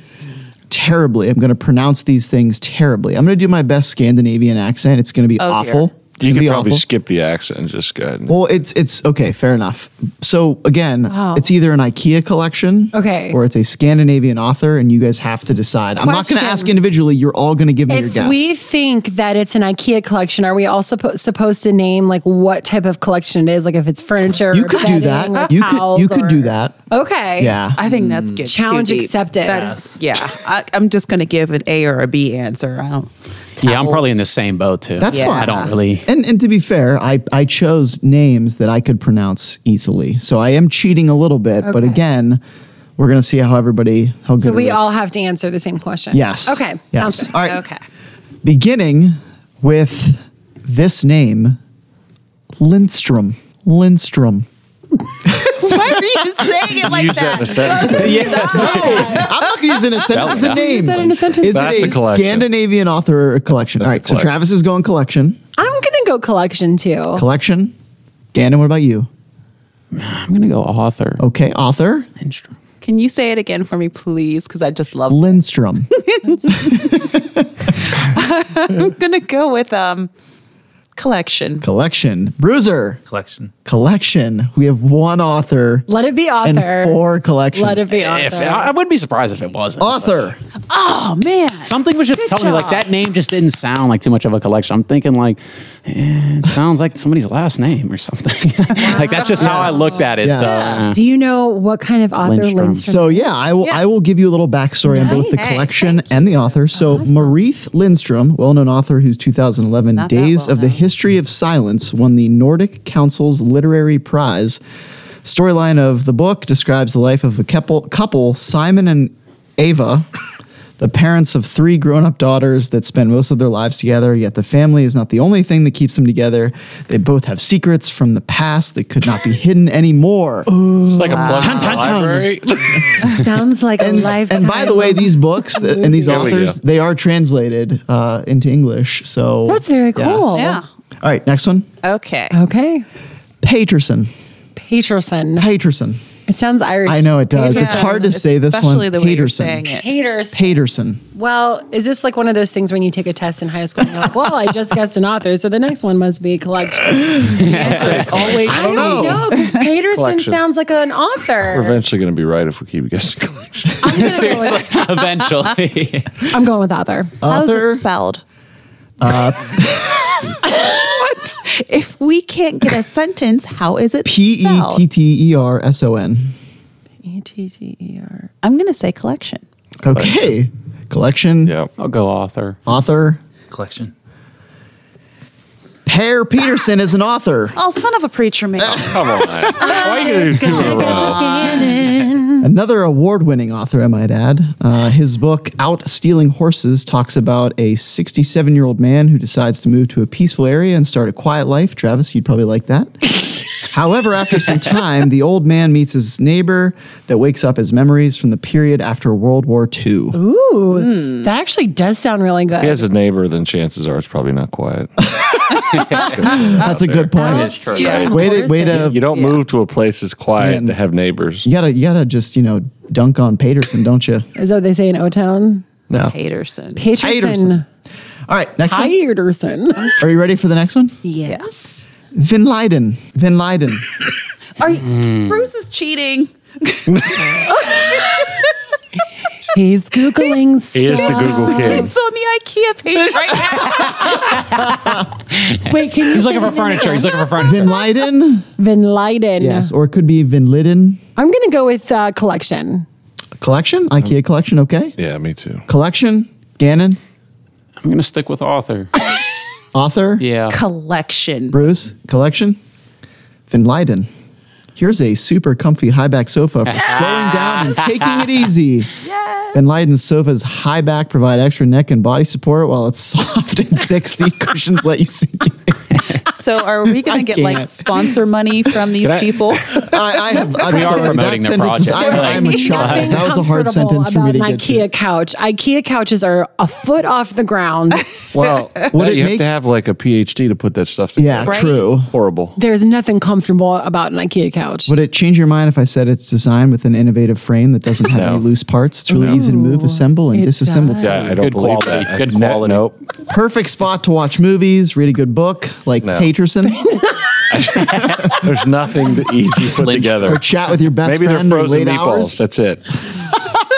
Speaker 1: terribly. I'm going to pronounce these things terribly. I'm going to do my best Scandinavian accent. It's going to be
Speaker 2: Oh, dear.
Speaker 1: awful. It's
Speaker 5: You
Speaker 1: gonna
Speaker 5: could
Speaker 1: be
Speaker 5: probably
Speaker 1: awful.
Speaker 5: skip the accent and just go ahead. And,
Speaker 1: Well, it's it's okay, fair enough. So again, it's either an IKEA collection,
Speaker 3: Okay.
Speaker 1: or it's a Scandinavian author, and you guys have to decide. I'm not going to
Speaker 3: Question.
Speaker 1: ask individually. You're all going to give me your
Speaker 3: If
Speaker 1: guess.
Speaker 3: we think that it's an IKEA collection, are we also supposed to name like what type of collection it is? Like if it's furniture,
Speaker 1: you could do that. You could you could do that.
Speaker 3: Okay.
Speaker 1: Yeah.
Speaker 2: I think that's good.
Speaker 3: Challenge
Speaker 2: too deep.
Speaker 3: accepted.
Speaker 2: That's, yeah. I, I'm just going to give an A or a B answer. I don't.
Speaker 4: Yeah, I'm probably in the
Speaker 2: Towels.
Speaker 4: same boat too.
Speaker 1: That's
Speaker 2: Yeah.
Speaker 1: fine.
Speaker 4: I don't really
Speaker 1: And and to be fair, I I chose names that I could pronounce easily, so I am cheating a little bit. But
Speaker 3: Okay.
Speaker 1: again, we're going to see how everybody how good.
Speaker 3: So
Speaker 1: it
Speaker 3: we
Speaker 1: is.
Speaker 3: all have to answer the same question.
Speaker 1: Yes.
Speaker 3: Okay.
Speaker 1: Yes.
Speaker 3: Sounds good.
Speaker 1: All right.
Speaker 3: Okay.
Speaker 1: beginning with this name, Lindstrom. Lindstrom.
Speaker 2: Why are you saying it like
Speaker 5: Use that in a
Speaker 1: I'm
Speaker 5: sentence.
Speaker 1: not going to use it in a sentence. It's a
Speaker 5: it.
Speaker 1: name.
Speaker 3: Use that in a sentence.
Speaker 1: Is
Speaker 5: That's
Speaker 1: it a,
Speaker 5: a collection.
Speaker 1: Scandinavian author or a collection?
Speaker 5: That's
Speaker 1: All
Speaker 5: a
Speaker 1: right, so
Speaker 5: collection.
Speaker 1: Travis is going collection.
Speaker 3: I'm gonna go collection too.
Speaker 1: Collection. Gannon, what about you?
Speaker 4: I'm gonna go author.
Speaker 1: Okay, author.
Speaker 4: Lindstrom.
Speaker 2: Can you say it again for me, please? Because I just love.
Speaker 1: Lindstrom.
Speaker 2: I'm gonna go with um, collection.
Speaker 1: collection. Bruiser.
Speaker 6: collection.
Speaker 1: Collection. We have one author
Speaker 3: Let it be
Speaker 1: and
Speaker 3: author.
Speaker 1: four collections.
Speaker 3: Let it be author.
Speaker 4: If, I, I wouldn't be surprised if it wasn't.
Speaker 1: author.
Speaker 2: Oh man,
Speaker 4: Something was just
Speaker 2: Good
Speaker 4: telling me like
Speaker 2: job.
Speaker 4: that name just didn't sound like too much of a collection. I'm thinking like eh, it sounds like somebody's last name or something. like that's just how I looked at it.
Speaker 1: Yeah.
Speaker 4: So
Speaker 1: Yeah.
Speaker 4: eh.
Speaker 3: Do you know what kind of author
Speaker 4: Lindstrom.
Speaker 3: Lindstrom?
Speaker 1: So yeah, I will. I will give you a little backstory on both the
Speaker 3: Nice.
Speaker 1: collection and the author. So Marith Lindstrom, well-known author whose 2011
Speaker 2: Not that
Speaker 1: Days of the
Speaker 2: well-known.
Speaker 1: History of Silence won the Nordic Council's Literary Prize. Storyline of the book describes the life of a couple, couple Simon and Ava. The parents of three grown up daughters that spend most of their lives together, yet the family is not the only thing that keeps them together. They both have secrets from the past that could not be hidden
Speaker 2: Oh,
Speaker 1: anymore.
Speaker 5: It's like a plug in the
Speaker 1: Dun, dun, dun.
Speaker 5: library.
Speaker 3: Sounds like a lifetime.
Speaker 1: And by the way, these books th- and these
Speaker 5: There we
Speaker 1: authors,
Speaker 5: go.
Speaker 1: they are translated uh, into English. So
Speaker 3: That's very
Speaker 1: Yes.
Speaker 3: cool.
Speaker 2: yeah.
Speaker 1: All right, next one.
Speaker 2: Okay.
Speaker 1: Uh,
Speaker 3: Okay.
Speaker 1: Paterson.
Speaker 3: Peterson.
Speaker 1: Paterson.
Speaker 3: It sounds Irish.
Speaker 1: I know it does. It's
Speaker 2: Yeah.
Speaker 1: hard to say this
Speaker 2: Especially
Speaker 1: one.
Speaker 2: the way you're saying
Speaker 1: Paterson.
Speaker 2: it.
Speaker 3: Haters.
Speaker 1: Paterson.
Speaker 3: Well, is this like one of those things when you take a test in high school and you're like, well, I just guessed an author, so the next one must be a collection.
Speaker 2: It's always
Speaker 3: I don't
Speaker 1: know.
Speaker 3: know, because Peterson
Speaker 5: Collection.
Speaker 3: sounds like an author.
Speaker 5: We're eventually going to be right if we keep guessing collection.
Speaker 3: I'm, gonna go with,
Speaker 4: eventually.
Speaker 3: I'm going with author.
Speaker 2: How's
Speaker 1: Author. Uh,
Speaker 2: it spelled? what? If we can't get a sentence, how is it
Speaker 1: P E
Speaker 2: spelled?
Speaker 1: T T E R S O N.
Speaker 2: E
Speaker 3: E-T-T-E-R.
Speaker 2: I'm going to say collection.
Speaker 1: Okay. Collection.
Speaker 5: Yeah.
Speaker 4: I'll go author.
Speaker 1: Author.
Speaker 6: Collection.
Speaker 1: Per Peterson is an author.
Speaker 2: Oh, son of a preacher man.
Speaker 5: Come on. Why are you going to do two in a row?
Speaker 1: Another award winning author, I might add. Uh, his book, Out Stealing Horses, talks about a 67 year old man who decides to move to a peaceful area and start a quiet life. Travis, you'd probably like that. However, after some time, the old man meets his neighbor that wakes up his memories from the period after World War II.
Speaker 3: Ooh, that actually does sound really good.
Speaker 5: If he has a neighbor, then chances are it's probably not quiet.
Speaker 1: That's a good point.
Speaker 5: true.
Speaker 3: Stealing
Speaker 1: Way to, way
Speaker 3: horses.
Speaker 1: to,
Speaker 5: You don't move to a place that's quiet
Speaker 1: Man.
Speaker 5: to have neighbors.
Speaker 1: you gotta, you gotta just, you know, dunk on Paterson, don't you?
Speaker 3: Is that what they say in O Town?
Speaker 5: No.
Speaker 2: Peterson.
Speaker 3: Peterson.
Speaker 1: All right, next one.
Speaker 3: Peterson.
Speaker 1: Are you ready for the next one?
Speaker 2: Yes.
Speaker 1: Vin Leiden. Vin Leiden.
Speaker 2: Are you, Bruce is cheating.
Speaker 3: He's Googling stuff.
Speaker 5: He is the Google kid.
Speaker 2: It's on the IKEA page right now.
Speaker 3: Wait, can you
Speaker 4: He's
Speaker 3: say
Speaker 4: looking for
Speaker 3: the name?
Speaker 4: furniture. He's looking for furniture.
Speaker 1: Vin Leiden.
Speaker 3: Vin Leiden.
Speaker 1: Yes, or it could be Vin Leiden.
Speaker 3: I'm going to go with uh, collection.
Speaker 1: Collection, IKEA collection, okay.
Speaker 5: Yeah, me too.
Speaker 1: Collection, Gannon,
Speaker 4: I'm gonna stick with author.
Speaker 1: author,
Speaker 4: Yeah.
Speaker 2: Collection.
Speaker 1: Bruce, collection, Van Leiden. Here's a super comfy high back sofa for slowing down and taking it easy. Van Leiden's sofa's high back provide extra neck and body support while its soft and thick seat cushions let you sink in.
Speaker 2: So are we going
Speaker 1: I
Speaker 2: to get
Speaker 1: can't.
Speaker 2: like sponsor money from these
Speaker 5: I-
Speaker 2: people?
Speaker 1: I, I have, I'm
Speaker 4: We are
Speaker 1: sorry,
Speaker 4: promoting
Speaker 1: that
Speaker 4: their
Speaker 1: sentence is-
Speaker 4: project.
Speaker 1: I, I'm a child. That was a hard sentence for me to get
Speaker 3: IKEA
Speaker 1: to.
Speaker 3: couch. IKEA couches are a foot off the ground.
Speaker 5: Well,
Speaker 1: Would it
Speaker 5: you
Speaker 1: make-
Speaker 5: have to have like a PhD to put that stuff
Speaker 1: Yeah,
Speaker 5: together.
Speaker 2: Right?
Speaker 1: true.
Speaker 5: Horrible.
Speaker 3: There's nothing comfortable about an IKEA couch.
Speaker 1: Would it change your mind if I said it's designed with an innovative frame that doesn't have any loose parts? It's really easy to move, assemble, and
Speaker 3: It
Speaker 1: disassemble.
Speaker 3: does.
Speaker 5: Yeah, I don't
Speaker 4: Good
Speaker 5: believe
Speaker 4: quality,
Speaker 5: that.
Speaker 4: good
Speaker 5: No-
Speaker 4: quality.
Speaker 5: Nope.
Speaker 1: Perfect spot to watch movies, read a good book like
Speaker 5: No.
Speaker 1: Paterson,
Speaker 5: There's nothing that easy to put
Speaker 1: or
Speaker 5: together.
Speaker 1: chat with your best
Speaker 5: Maybe they're
Speaker 1: friend in
Speaker 5: frozen
Speaker 1: late
Speaker 5: meatballs.
Speaker 1: hours.
Speaker 5: That's it.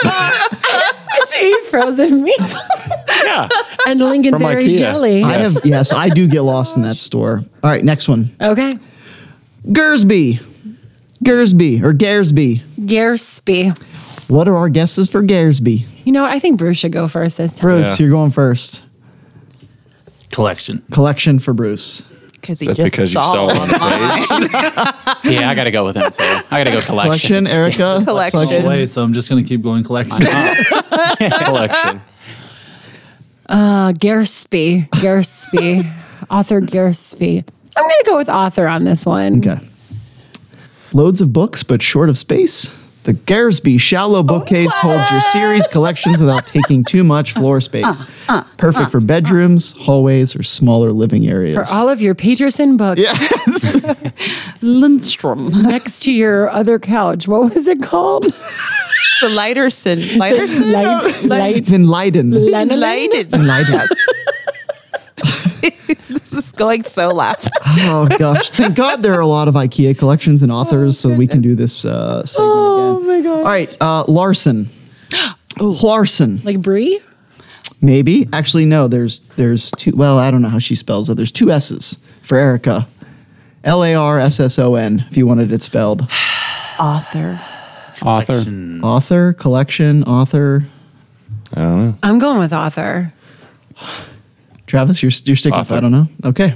Speaker 3: to eat frozen meat
Speaker 5: Yeah.
Speaker 3: and lingonberry
Speaker 5: IKEA.
Speaker 3: jelly?
Speaker 1: I
Speaker 5: Yes.
Speaker 1: have yes, I do get lost in that store. All right, next one.
Speaker 3: Okay.
Speaker 1: Gersby. Gersby or Garesby.
Speaker 3: Gersby.
Speaker 1: What are our guesses for Garesby?
Speaker 3: You know what? I think Bruce should go first this time.
Speaker 1: Bruce,
Speaker 5: Yeah.
Speaker 1: you're going first.
Speaker 6: Collection.
Speaker 1: Collection for Bruce.
Speaker 2: Because he
Speaker 5: That's
Speaker 2: just
Speaker 5: because you
Speaker 2: saw,
Speaker 5: saw it on
Speaker 2: one.
Speaker 5: the page.
Speaker 4: yeah, I gotta go with him too. I gotta go
Speaker 1: Collection,
Speaker 4: collection.
Speaker 1: Erica.
Speaker 2: Collection.
Speaker 6: Oh, wait, so I'm just going to keep going collection.
Speaker 5: Collection.
Speaker 3: Uh, Gersby. Gersby. author Gersby. I'm going to go with author on this one.
Speaker 1: Okay. Loads of books, but short of space. The Garesby Shallow Bookcase holds your series collections without taking too much floor space. Perfect for bedrooms, hallways, or smaller living
Speaker 3: For
Speaker 1: areas.
Speaker 3: all of your Peterson books
Speaker 2: Lindstrom.
Speaker 3: next to your other couch. What was it called?
Speaker 2: The Leiterson. Leiterson?
Speaker 7: Light, light,
Speaker 1: Vin Leiden.
Speaker 7: Leiden.
Speaker 2: Leiden.
Speaker 1: Vin Leiden.
Speaker 2: This is going so left.
Speaker 1: Oh gosh! Thank God there are a lot of IKEA collections and authors, so we can do this uh, segment
Speaker 7: Oh
Speaker 1: again.
Speaker 7: my god!
Speaker 1: All right, uh, Larson. Larson,
Speaker 7: Like Brie?
Speaker 1: maybe. Actually, no. There's there's two. Well, I don't know how she spells it. There's two S's for Erica. L A R S S O N. If you wanted it spelled,
Speaker 2: Author.
Speaker 4: Author.
Speaker 1: author, collection, author.
Speaker 5: I don't know.
Speaker 3: I'm going with author.
Speaker 1: Travis, you're, you're sticking with
Speaker 5: Author.
Speaker 1: I don't know. Okay.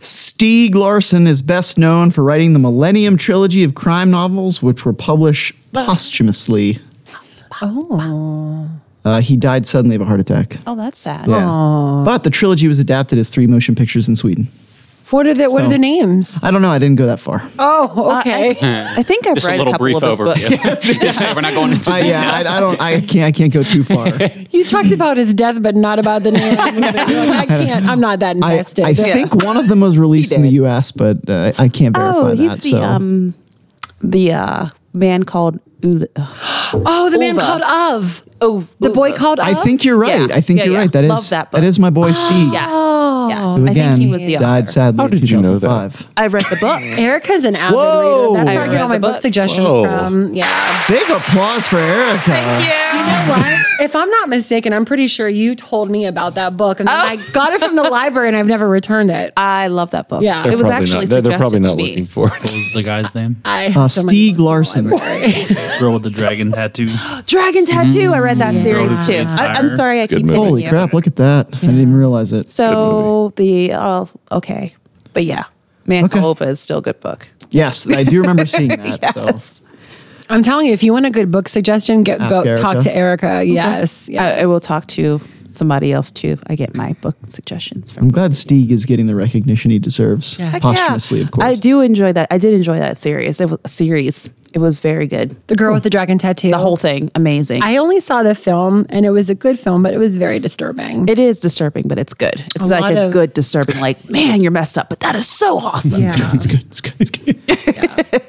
Speaker 1: Stieg Larsson is best known for writing the Millennium Trilogy of crime novels, which were published posthumously. Oh. Uh, he died suddenly of a heart attack.
Speaker 2: Oh, that's sad.
Speaker 1: Yeah. But the trilogy was adapted as three motion pictures in Sweden.
Speaker 3: What are the What
Speaker 1: So-
Speaker 3: are the names?
Speaker 1: I don't know. I didn't go that far.
Speaker 3: Oh,
Speaker 2: Uh,
Speaker 3: okay.
Speaker 2: I, I think I've
Speaker 4: Just a
Speaker 2: read a,
Speaker 4: little
Speaker 2: couple of
Speaker 4: brief
Speaker 2: his books.
Speaker 4: overview. Just say we're not going into
Speaker 1: Uh, yeah,
Speaker 4: details.
Speaker 1: I, I don't. I can't. I can't go too far.
Speaker 3: you talked about his death, but not about the name. Of the movie. You're like, I can't. I'm not that
Speaker 1: I,
Speaker 3: invested.
Speaker 1: I think one of them was released in the U.S., but uh, I can't verify
Speaker 2: Oh,
Speaker 1: that.
Speaker 2: he's the
Speaker 1: so.
Speaker 2: um the uh man called Ul- ugh.
Speaker 3: oh, the man
Speaker 2: Ulva.
Speaker 3: called of.
Speaker 2: Oh,
Speaker 3: The boy called of.
Speaker 1: I think you're right.
Speaker 2: Yeah.
Speaker 1: I think
Speaker 2: Yeah,
Speaker 1: you're
Speaker 2: yeah.
Speaker 1: right. That is
Speaker 2: Love that book.
Speaker 1: that is my boy Steve.
Speaker 2: Yes. Yes.
Speaker 1: Who
Speaker 2: I
Speaker 1: again
Speaker 2: think he was the author.
Speaker 1: died sadly.
Speaker 5: How
Speaker 1: in
Speaker 5: did you know that?
Speaker 1: 2005.
Speaker 2: I read the book.
Speaker 3: Erica's an avid
Speaker 1: Whoa.
Speaker 3: reader. That's
Speaker 1: I
Speaker 3: where I get
Speaker 2: read
Speaker 3: all my
Speaker 2: the
Speaker 3: book
Speaker 2: book.
Speaker 3: suggestions
Speaker 5: Whoa.
Speaker 3: from. Yeah.
Speaker 1: Big applause for Erica.
Speaker 3: What? If I'm not mistaken, I'm pretty sure you told me about that book, and then
Speaker 2: Oh.
Speaker 3: I got it from the library, and I've never returned it.
Speaker 2: I love that book.
Speaker 3: Yeah. They're
Speaker 2: it was
Speaker 5: Probably
Speaker 2: actually
Speaker 5: not, they're, they're probably
Speaker 2: suggested to
Speaker 5: not
Speaker 2: me.
Speaker 5: looking for
Speaker 6: What
Speaker 5: it.
Speaker 6: was the guy's name?
Speaker 3: I
Speaker 1: Uh,
Speaker 3: have so many
Speaker 1: Stieg
Speaker 3: books in the
Speaker 1: Larsson.
Speaker 3: library.
Speaker 6: Girl with the dragon tattoo.
Speaker 2: Dragon Tattoo. I read
Speaker 3: Mm.
Speaker 2: that series too.
Speaker 6: Girl with
Speaker 2: I, I'm
Speaker 6: Fire.
Speaker 2: sorry, I
Speaker 5: Good
Speaker 2: keep
Speaker 5: movie.
Speaker 2: thinking
Speaker 1: Holy
Speaker 2: of-
Speaker 1: crap! Look at that. I didn't even realize it.
Speaker 2: So the uh, okay, but yeah, Man
Speaker 1: Okay.
Speaker 2: Callova is still a good book.
Speaker 1: yes, I do remember seeing that. So
Speaker 3: I'm telling you, if you want a good book suggestion, get
Speaker 1: Ask
Speaker 3: go
Speaker 1: Erica.
Speaker 3: talk to Erica. Yes,
Speaker 2: I, I
Speaker 3: yes.
Speaker 2: will talk to somebody else too. I get my book suggestions from.
Speaker 1: I'm glad Stieg is getting the recognition he deserves
Speaker 3: Yeah. Heck
Speaker 1: posthumously, of course.
Speaker 2: I do enjoy that. I did enjoy that series. It was a series. It was very good.
Speaker 3: the girl with the dragon tattoo.
Speaker 2: The whole thing, amazing.
Speaker 3: I only saw the film, and it was a good film, but it was very disturbing.
Speaker 2: it is disturbing, but it's good. It's
Speaker 3: A
Speaker 2: like
Speaker 3: lot
Speaker 2: a
Speaker 3: of-
Speaker 2: good disturbing. Like, man, you're messed up, but that is so awesome.
Speaker 3: yeah.
Speaker 1: It's good. It's good. It's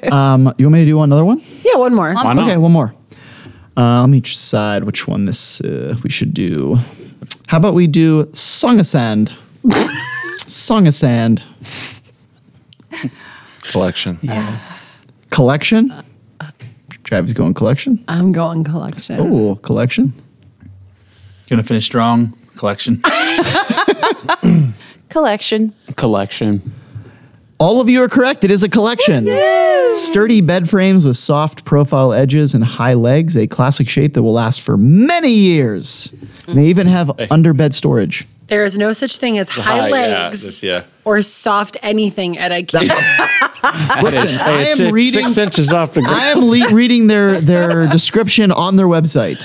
Speaker 1: good. um, you want me to do another one?
Speaker 3: yeah, one more.
Speaker 4: Why
Speaker 1: Um,
Speaker 4: not?
Speaker 1: Okay, one more. Uh, let me just decide which one this uh, we should do. How about we do Song of Sand? Song of Sand
Speaker 5: collection.
Speaker 1: collection. Travis going collection.
Speaker 3: I'm going collection.
Speaker 1: Oh, collection.
Speaker 6: Gonna finish strong. Collection.
Speaker 2: Collection.
Speaker 4: Collection.
Speaker 1: All of you are correct. It is a collection. Sturdy bed frames with soft profile edges and high legs, a classic shape that will last for many years. And they even have under bed storage.
Speaker 3: There is no such thing as high,
Speaker 5: High, yeah,
Speaker 3: legs
Speaker 5: this- yeah.
Speaker 3: or soft anything at IKEA.
Speaker 1: Listen, I
Speaker 5: It's
Speaker 1: am reading.
Speaker 5: six inches off the ground.
Speaker 1: I am le- reading their their description on their website.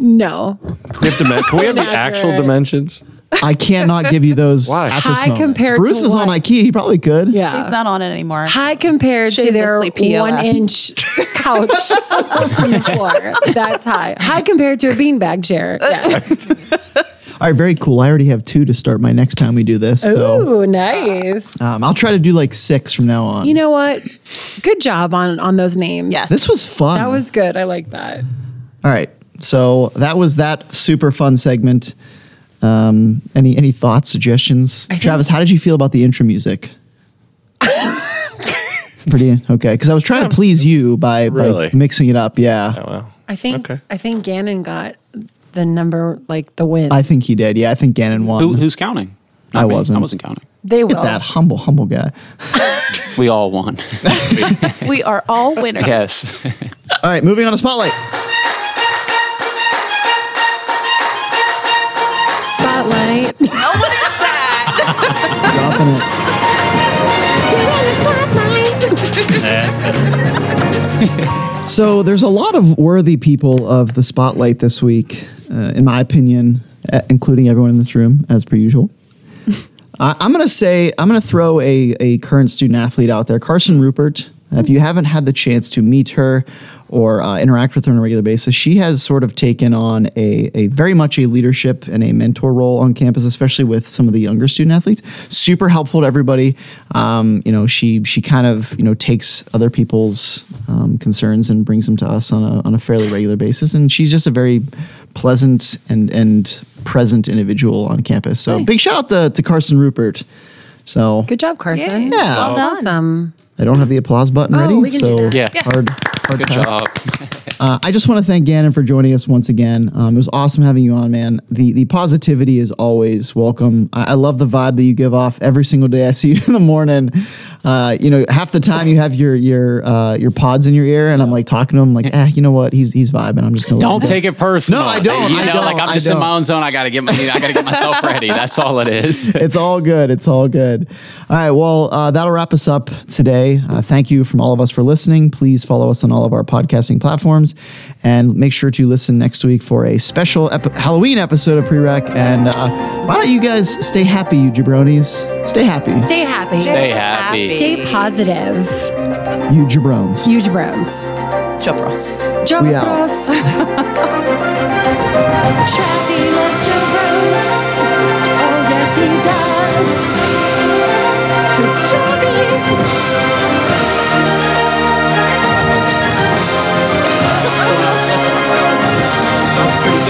Speaker 3: no,
Speaker 5: we have dimen- can we have the actual
Speaker 3: Inaccurate.
Speaker 5: dimensions?
Speaker 1: I cannot give you those.
Speaker 5: Why?
Speaker 1: At this
Speaker 3: High
Speaker 1: moment.
Speaker 3: compared to
Speaker 1: Bruce is on
Speaker 3: what?
Speaker 1: IKEA. He probably could.
Speaker 3: yeah.
Speaker 2: He's not on it anymore.
Speaker 3: high compared to their
Speaker 2: Shamelessly POS.
Speaker 3: one inch couch on the floor. That's high. High compared to a beanbag chair. Yeah.
Speaker 1: All right. Very cool. I already have two to start my next time we do this. So
Speaker 3: Ooh, nice.
Speaker 1: um, I'll try to do like six from now on.
Speaker 3: You know what? Good job on on those names.
Speaker 2: Yes.
Speaker 1: this was fun.
Speaker 3: That was good. I like that.
Speaker 1: All right. So that was that super fun segment. Um, any any thoughts, suggestions? Travis, how did you feel about the intro music? Pretty okay, because I was trying to please you by, by
Speaker 5: Really?
Speaker 1: mixing it up. Yeah,
Speaker 5: Well,
Speaker 3: I think
Speaker 5: Okay.
Speaker 3: I think Gannon got the number like the win.
Speaker 1: I think he did. Yeah, I think Gannon won.
Speaker 4: Who, who's counting? Not
Speaker 1: I
Speaker 4: me.
Speaker 1: wasn't.
Speaker 4: I wasn't counting.
Speaker 3: they
Speaker 1: Look
Speaker 3: will.
Speaker 1: at that humble, humble guy.
Speaker 4: We all won.
Speaker 2: we are all winners.
Speaker 4: yes.
Speaker 1: All right, moving on to spotlight.
Speaker 3: Spotlight.
Speaker 1: Dropping it. So there's a lot of worthy people of the spotlight this week, uh, in my opinion, uh, including everyone in this room, as per usual. I, I'm gonna say I'm gonna throw a, a current student athlete out there, Carson Rupert. And if you haven't had the chance to meet her or uh, interact with her on a regular basis, she has sort of taken on a, a very much a leadership and a mentor role on campus, especially with some of the younger student athletes. Super helpful to everybody. Um, you know, she she kind of you know takes other people's um, concerns and brings them to us on a on a fairly regular basis, and she's just a very pleasant and and present individual on campus. So big shout out to, to Carson Rupert. So
Speaker 3: Good job, Carson.
Speaker 1: Yeah. Well
Speaker 7: done.
Speaker 3: Awesome.
Speaker 1: I don't have the applause button
Speaker 3: Oh,
Speaker 1: ready.
Speaker 3: we can do
Speaker 1: so
Speaker 3: that.
Speaker 4: Yeah.
Speaker 7: Yes.
Speaker 1: hard, hard
Speaker 4: Good
Speaker 1: pass.
Speaker 4: job.
Speaker 1: Uh, I just want to thank Gannon for joining us once again. Um, it was awesome having you on, man. The the positivity is always welcome. I, I love the vibe that you give off every single day. I see you in the morning. Uh, you know, half the time you have your your uh, your pods in your ear, and I'm like talking to him, like, eh, you know what? He's he's vibing. I'm just gonna let him
Speaker 4: Don't
Speaker 1: go."
Speaker 4: take it personal.
Speaker 1: No, I don't.
Speaker 4: You
Speaker 1: I
Speaker 4: know,
Speaker 1: don't.
Speaker 4: like I'm
Speaker 1: I
Speaker 4: just in
Speaker 1: don't.
Speaker 4: my own zone. I gotta get my, I gotta get myself ready. That's all it is.
Speaker 1: it's all good. It's all good. All right. Well, uh, that'll wrap us up today. Uh, thank you from all of us for listening. Please follow us on all of our podcasting platforms and make sure to listen next week for a special ep- Halloween episode of Prereq. And uh, why don't you guys stay happy, you jabronis? Stay happy,
Speaker 3: Stay happy.
Speaker 4: Stay happy.
Speaker 3: Stay positive.
Speaker 1: you jabrons.
Speaker 3: Huge browns.
Speaker 2: Jump Ross.
Speaker 3: Jump
Speaker 1: We out.
Speaker 3: across. Trappy loves Jabros. Oh, yes, he does. Good job, you.
Speaker 4: That's pretty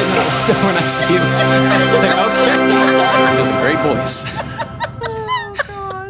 Speaker 4: good when I see you. It's like, okay. That's a great voice.